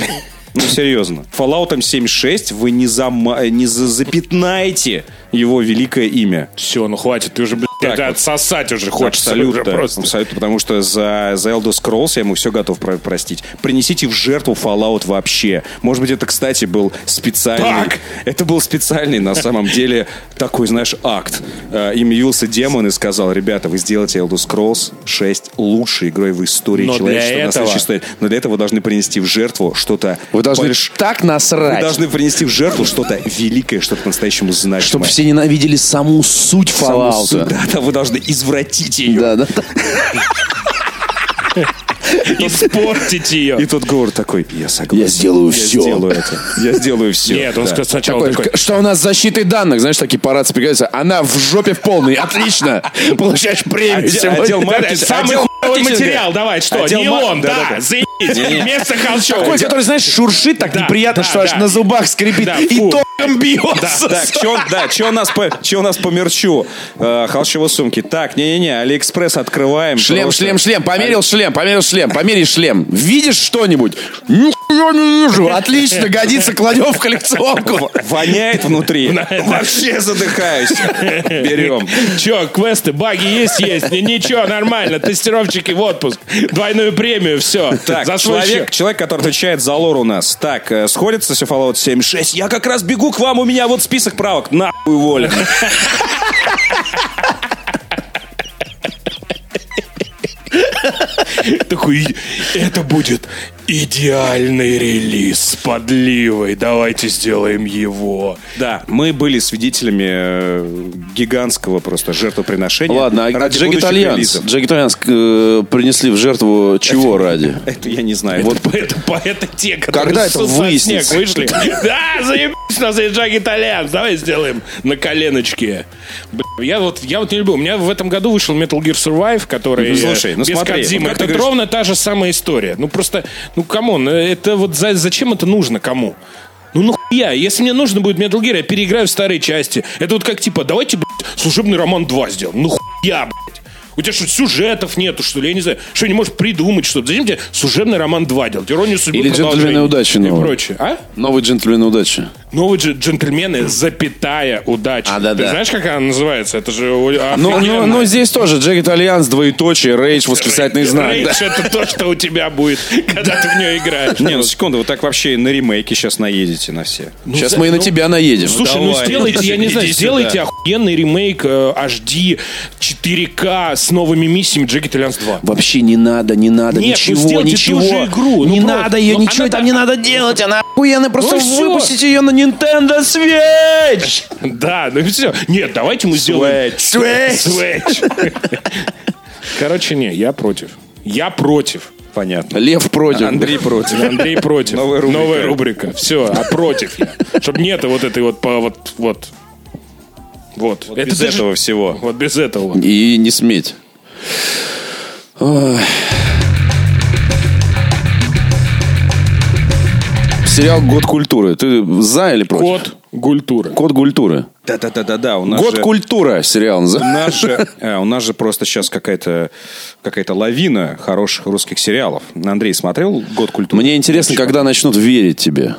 Ну, серьезно. Fallout 76 вы не, зама- не за- запятнаете его великое имя. Все, ну хватит, ты уже, блядь, это отсосать уже хочется. Абсолютно, уже просто. абсолютно, потому что за, за Elder Scrolls я ему все готов про- простить. Принесите в жертву Fallout вообще. Может быть, это, кстати, был специальный... Так! Это был специальный, на самом деле, такой, знаешь, акт. Э, Им явился демон и сказал, ребята, вы сделаете Elder Scrolls 6 лучшей игрой в истории Но для человечества. на этого- существует. Но для этого вы должны принести в жертву что-то... Вы должны больш- так Вы насрать, должны принести в жертву что-то великое, что-то по-настоящему значимое. чтобы все ненавидели саму суть Саму суть, Fallout. да, да, вы должны извратить ее. Да, да. Испортить ее. И тот Говор такой, я согласен. Я сделаю Я всё». сделаю это. Я сделаю все. Нет, он сказал сначала Такой, такой, «К- Что у нас с защитой данных? Знаешь, такие парад спрягаются. Она в жопе в полной. Отлично. Получаешь премию сегодня. Отдел маркетинга. Самый отдел хуевый маркетинга. материал, давай, что? Отдел Нейлон, мар- да, да, да, да. заебись. Вместо холщового. Такой, который, знаешь, шуршит так Да, неприятно, да, что аж да. на зубах скрипит. Да, И фу. током бьется. Так, что да, чё у нас по, чё у нас по мерчу? Э, холщевой сумки. Так, не-не-не, Алиэкспресс открываем. Шлем, Просто- шлем, шлем. Померил шлем, померил шлем, померил шлем. Видишь что-нибудь? Нихуя не вижу. Отлично, годится, кладем в коллекционку. Воняет внутри. Вообще задыхаюсь. Берем. Че, квесты, баги есть, есть. Ни- Ничего, нормально. Тестировщики в отпуск. Двойную премию, все. Так, За свой человек, счет. человек, который отвечает за лор у нас. Так, э, сходится все Fallout 76. Я как раз бегу к вам, у меня вот список правок. Нахуй уволен. Такой, «И- это будет идеальный релиз с подливой. Давайте сделаем его. Да, мы были свидетелями э, гигантского просто жертвоприношения. Ладно, а ради Джек будущих Итальянс. релизов. Джек Итальянс э, принесли в жертву чего ради? Это я не знаю. Вот это, по- это те, которые Когда это со- со выяснится? снег вышли. Да, заебись нас, Джаг Итальянс. Давай сделаем на коленочке. Бля, Я вот, я вот не люблю. У меня в этом году вышел Metal Gear Survive, который Ну, слушай, э, ну без смотри, Кодзимы. вот как ты Это говоришь- ровно та же самая история. Ну просто, ну камон, э, это вот за- зачем это нужно кому? Ну нахуя, если мне нужно будет Metal Gear, я переиграю в старые части. Это вот как типа, давайте, блядь, служебный роман 2 сделаем. Ну хуя, блядь. У тебя что, сюжетов нету, что ли? Я не знаю. Что, не можешь придумать что-то? Зачем тебе служебный роман 2 делать? Иронию судьбы Или продолжение. «Джентльмены удачи» И новый. прочее. А? Новый джентльмен удачи. Новые джен- Ну, джентльмены, запятая, удача. А, да, Ты да. знаешь, как она называется? Это же о- Ну, ну, офигенно. ну, здесь тоже Джек Итальянс, двоеточие, рейдж, восклицательный знак. Рейдж это то, что у тебя будет, когда ты в нее играешь. Не, ну секунду, вы так вообще и на ремейки сейчас наедете на все. Сейчас мы и на тебя наедем. Ну, Слушай, ну давай, сделайте, я не иди знаю, сюда. сделайте охуенный ремейк э, HD 4K с новыми миссиями Джек Итальянс 2. Вообще не надо, не надо, Нет, ну ничего, сделайте ничего. ту же игру, ну не просто, надо ее, ну ничего она там та- не надо делать, она охуенная. Просто Ну всё. выпустите ее на Nintendo Switch. Да, ну все. Нет, давайте мы сделаем... Ну, Switch. Короче, не, я против. Я против. Понятно. Лев против. Андрей против. Андрей против. Новая рубрика. Все, а против я. Чтоб нет вот этой вот по вот вот. Вот. Это Без даже- этого всего. Вот без этого. вот. И не сметь. Ой. Сериал «Год культуры». Ты за или против? Код Гультура. «Год культуры». Да-да-да-да, у нас «Год же... культура» сериал У называется. нас же, э, у нас же просто сейчас какая-то какая лавина хороших русских сериалов. Андрей смотрел «Год культуры»? Мне интересно, когда начнут верить тебе.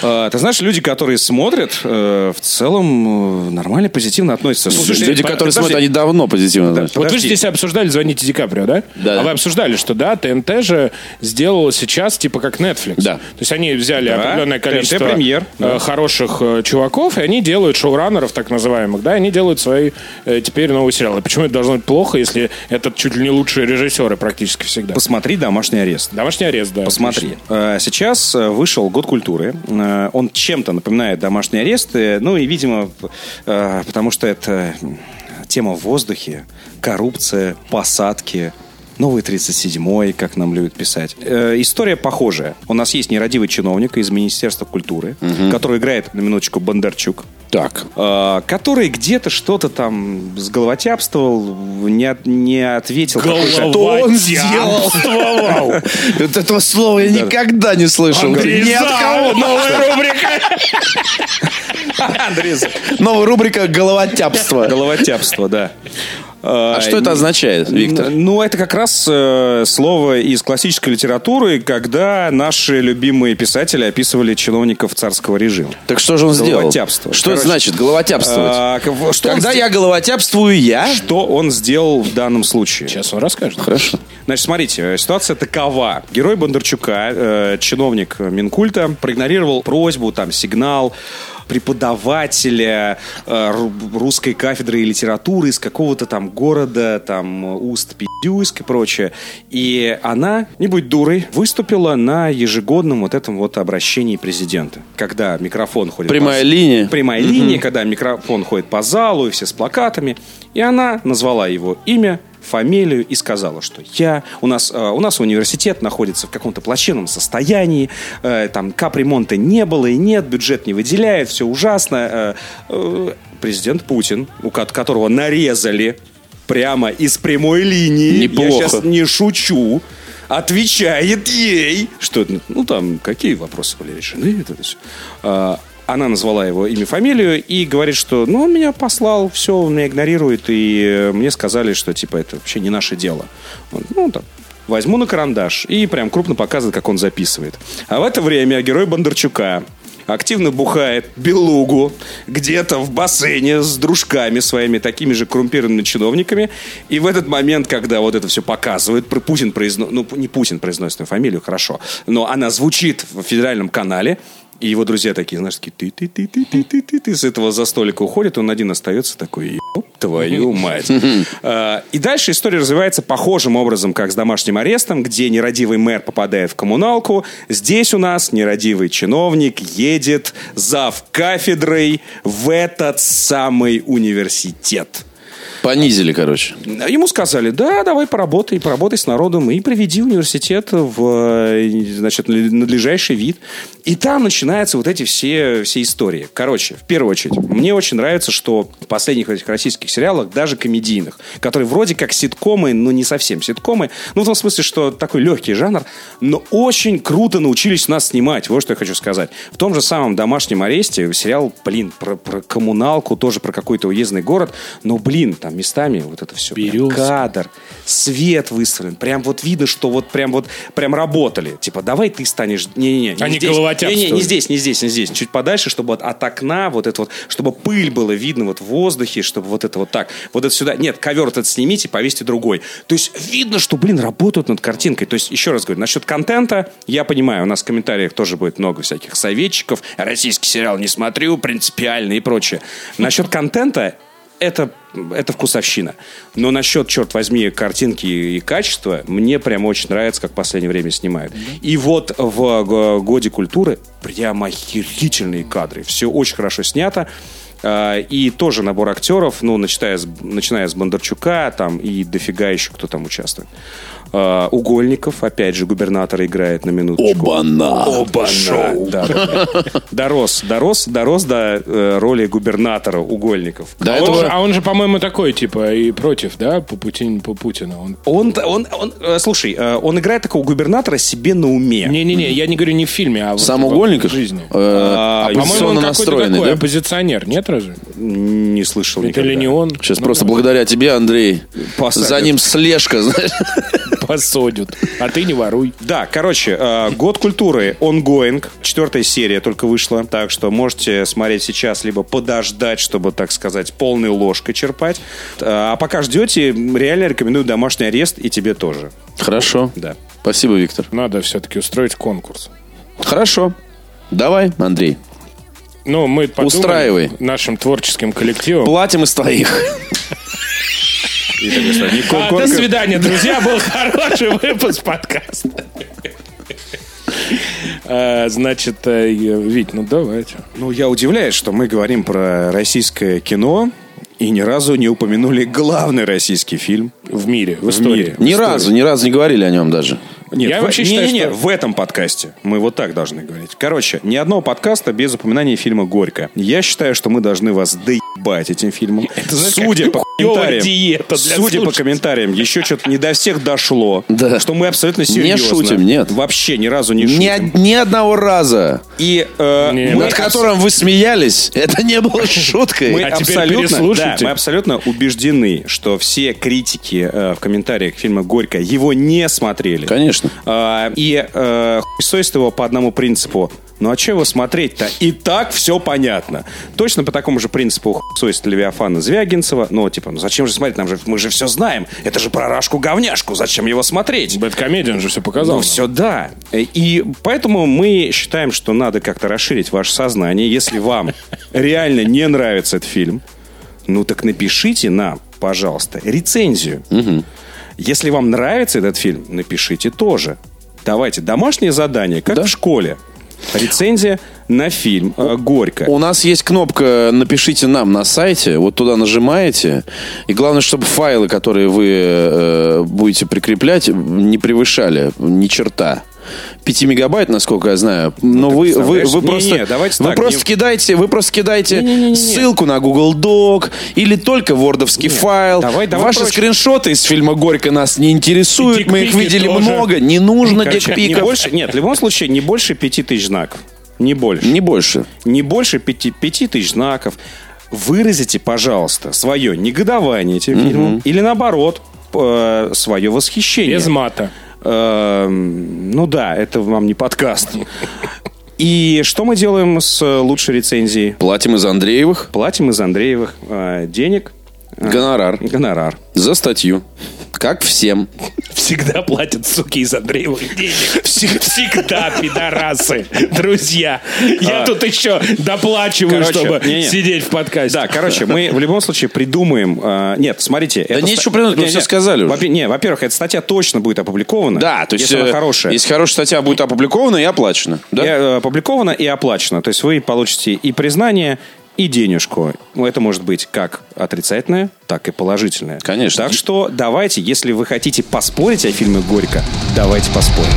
Э, Ты знаешь, люди, которые смотрят, э, в целом э, нормально, позитивно относятся. Слушай, Люди, по- которые подожди, смотрят, они давно позитивно. знают. Вот вы же Подожди. здесь обсуждали «Звоните Ди Каприо», да? Да, да. А вы обсуждали, что да, ТНТ же сделала сейчас типа как Netflix. Да. То есть они взяли определенное ТНТ количество премьер, э, хороших э, чуваков, и они делают шоураннеров так называемых, да, и они делают свои э, теперь новые сериалы. Почему это должно быть плохо, если это чуть ли не лучшие режиссеры практически всегда? Посмотри «Домашний арест». Домашний арест, да. Посмотри. Э, Сейчас э, вышел год культуры. Э, Он чем-то напоминает домашний арест. Э, Ну и, видимо, э, потому что это м, тема в воздухе, коррупция, посадки. Новый 37-й, как нам любят писать. Э, история похожая. У нас есть нерадивый чиновник из Министерства культуры, который играет, на минуточку, Бондарчук. Так. э, который где-то что-то там сголовотяпствовал, не, от- не ответил. какой-то- Что он сделал? Вот этого слова я никогда не слышал. Ни от кого. новая рубрика. Новая рубрика «Головотяпство». Головотяпство, да. А что это означает, Виктор? Ну, это как раз э, слово из классической литературы, когда наши любимые писатели описывали чиновников царского режима. Так что же он сделал? Головотяпство. Что это Короче, значит головотяпствовать? А, к- что, он Когда сде- я головотяпствую, я... что он сделал в данном случае? Сейчас он расскажет. Хорошо. Значит, смотрите, э, ситуация такова. Герой Бондарчука, э, чиновник э, Минкульта, проигнорировал просьбу, там, сигнал преподавателя э, ру- русской кафедры и литературы из какого-то там города, там, уст Пиздюйск и прочее. И она, не будь дурой, выступила на ежегодном вот этом вот обращении президента, когда микрофон ходит... по Прямая с- линия. Прямая линия, когда микрофон ходит по залу и все с плакатами. И она назвала его имя, фамилию и сказала, что я... У нас, э, у нас университет находится в каком-то плачевном состоянии, э, там капремонта не было и нет, бюджет не выделяет, все ужасно. э, э, президент Путин, у ко- которого нарезали прямо из прямой линии, Неплохо. я сейчас не шучу, отвечает ей, что ну там какие вопросы были решены, это всё. А, Она назвала его имя, фамилию и говорит, что ну он меня послал, все, он меня игнорирует, и э, мне сказали, что типа это вообще не наше дело. Он, ну там, возьму на карандаш и прям крупно показывает, как он записывает. А в это время герой Бондарчука активно бухает белугу где-то в бассейне с дружками своими, такими же коррумпированными чиновниками. И в этот момент, когда вот это все показывают, про- Путин произносит, ну, не Путин произносит свою фамилию, хорошо, но она звучит в федеральном канале, и его друзья такие, знаешь, такие, ты, ты, ты, ты, ты, ты, ты, ты с этого застолика уходит, он один остается такой, «Еб твою мать. А, И дальше история развивается похожим образом, как с домашним арестом, где нерадивый мэр попадает в коммуналку. Здесь у нас нерадивый чиновник едет зав кафедрой в этот самый университет. Понизили, короче. Ему сказали, да, давай поработай, поработай с народом и приведи университет в э, значит, надлежащий вид. И там начинаются вот эти все, все истории. Короче, в первую очередь, мне очень нравится, что в последних этих российских сериалах, даже комедийных, которые вроде как ситкомы, но не совсем ситкомы, ну, в том смысле, что такой легкий жанр, но очень круто научились нас снимать. Вот что я хочу сказать. В том же самом «Домашнем аресте» сериал, блин, про, про коммуналку, тоже про какой-то уездный город, но, блин, там местами вот это все прям Березки. кадр, свет выставлен. Прям вот видно, что вот прям вот прям работали. Типа, давай ты станешь... Не-не-не. Они здесь. головотяпствовали. Не-не, не здесь, не здесь, не здесь. Чуть подальше, чтобы вот от окна вот это вот, чтобы пыль было видно вот в воздухе, чтобы вот это вот так. Вот это сюда. Нет, ковер этот снимите, повесьте другой. То есть видно, что, блин, работают над картинкой. То есть, еще раз говорю, насчет контента, я понимаю, у нас в комментариях тоже будет много всяких советчиков. Российский сериал не смотрю, принципиально и прочее. Насчет контента это, это вкусовщина. Но насчет, черт возьми, картинки и качества, мне прям очень нравится, как в последнее время снимают. И вот в г- «Годе культуры» прям охерительные кадры. Все очень хорошо снято. А, И тоже набор актеров, ну, начиная с, начиная с Бондарчука, там, и дофига еще кто там участвует. А, Угольников, опять же, губернатор играет на минуточку. Бана. Шоу. Да, да, да. Дорос, дорос, дорос до э, роли губернатора Угольников. До А он, же, э, этого... а он же, по-моему, такой, типа, и против, да, по, Путин, по Путину. Он Он, он, он, э, слушай, э, он играет такого губернатора себе на уме. Не-не-не, я не говорю не в фильме, а вот Сам в- Угольников? в жизни. Э, А, По-моему, он Оппозиционно какой-то настроенный, такой да? оппозиционер, нет разве? Не слышал Это никогда. Ну или не он? Сейчас просто благодаря тебе, Андрей, Посадят. за ним слежка, знаешь. посадят. А ты не воруй. Да, короче, э, год культуры ongoing. Четвертая серия только вышла. Так что можете смотреть сейчас, либо подождать, чтобы, так сказать, полной ложкой черпать. Э, А пока ждете, реально рекомендую домашний арест и тебе тоже. Хорошо. Да. Спасибо, Виктор. Надо все-таки устроить конкурс. Хорошо. Давай, Андрей. Ну, мы подумали Устраивай. нашим творческим коллективом. Платим из твоих. А, до свидания, друзья. Был хороший выпуск подкаста. А, Значит, э, Вить, ну давайте. Ну, я удивляюсь, что мы говорим про российское кино и ни разу не упомянули главный российский фильм. В мире, в истории. мире. Ни разу, ни разу не говорили о нем даже. Нет, Я в- вообще не- считаю, не- не, что- в этом подкасте мы вот так должны говорить. Короче, ни одного подкаста без упоминания фильма «Горько». Я считаю, что мы должны вас доебать этим фильмом. судя по хуёвая комментариям, диета для судя по слушателей. комментариям, еще что-то не до всех дошло, Да. что мы абсолютно серьезно. шутим, нет. Вообще ни разу не Ни, шутим. од- ни одного раза, И э, Не, мы над которым вы смеялись, это не было шуткой. Мы А теперь абсолютно, переслушайте. да, мы абсолютно убеждены, что все критики э, в комментариях фильма «Горько» его не смотрели. Конечно. А, и э, хуй сойст его по одному принципу. Ну а чего его смотреть-то? И так все понятно. Точно по такому же принципу хуй сойст Левиафана Звягинцева. Ну, типа, ну зачем же смотреть? Нам же, мы же все знаем. Это же про Рашку-говняшку. Зачем его смотреть? Бэткомедиан же все показал. нам. Ну, все, да. И поэтому мы считаем, что надо как-то расширить ваше сознание. Если вам реально не нравится этот фильм, ну так напишите нам, пожалуйста, рецензию. Если вам нравится этот фильм, напишите тоже. Давайте домашнее задание, как в школе. Рецензия на фильм э, «Горько». У нас есть кнопка «Напишите нам» на сайте. Вот туда нажимаете. И главное, чтобы файлы, которые вы э, будете прикреплять, не превышали ни черта. 5 мегабайт, насколько я знаю. Но вы, вы, представляешь? вы Не, просто, не, давайте вы так, просто не- кидаете, вы просто кидаете ссылку на Google Doc или только вордовский файл. давай- давай Ваши проще. скриншоты из фильма Горько нас не интересуют. Мы их дикпики видели тоже. много. Не нужно Короче, не дикпиков. больше, нет, в любом случае, не больше пяти тысяч знаков. Не больше. Не больше. не больше пяти, пяти тысяч знаков. Выразите, пожалуйста, свое негодование этим фильмом или наоборот э, свое восхищение. Без мата. Эм, ну да, это вам не подкаст. И что мы делаем с э, лучшей рецензией? Платим из Андреевых. Платим из Андреевых э, денег, А. Гонорар. гонорар. За статью. Как всем. Всегда платят, суки, из Андреевых денег. Всегда, пидорасы. Друзья, я тут еще доплачиваю, короче, чтобы не-не. сидеть в подкасте. Да, короче, мы в любом случае придумаем. э, нет, смотрите. Да нечего придумать, мы всё сказали уже. Не, во-первых, эта статья точно будет опубликована. Да, то есть... если она э, хорошая. Если хорошая статья будет опубликована и оплачена. Да? И, э, опубликовано и оплачено. То есть вы получите и признание, и денежку. Ну, Это может быть как отрицательное, так и положительное. Конечно. Так что давайте, если вы хотите поспорить о фильме «Горько», давайте поспорим.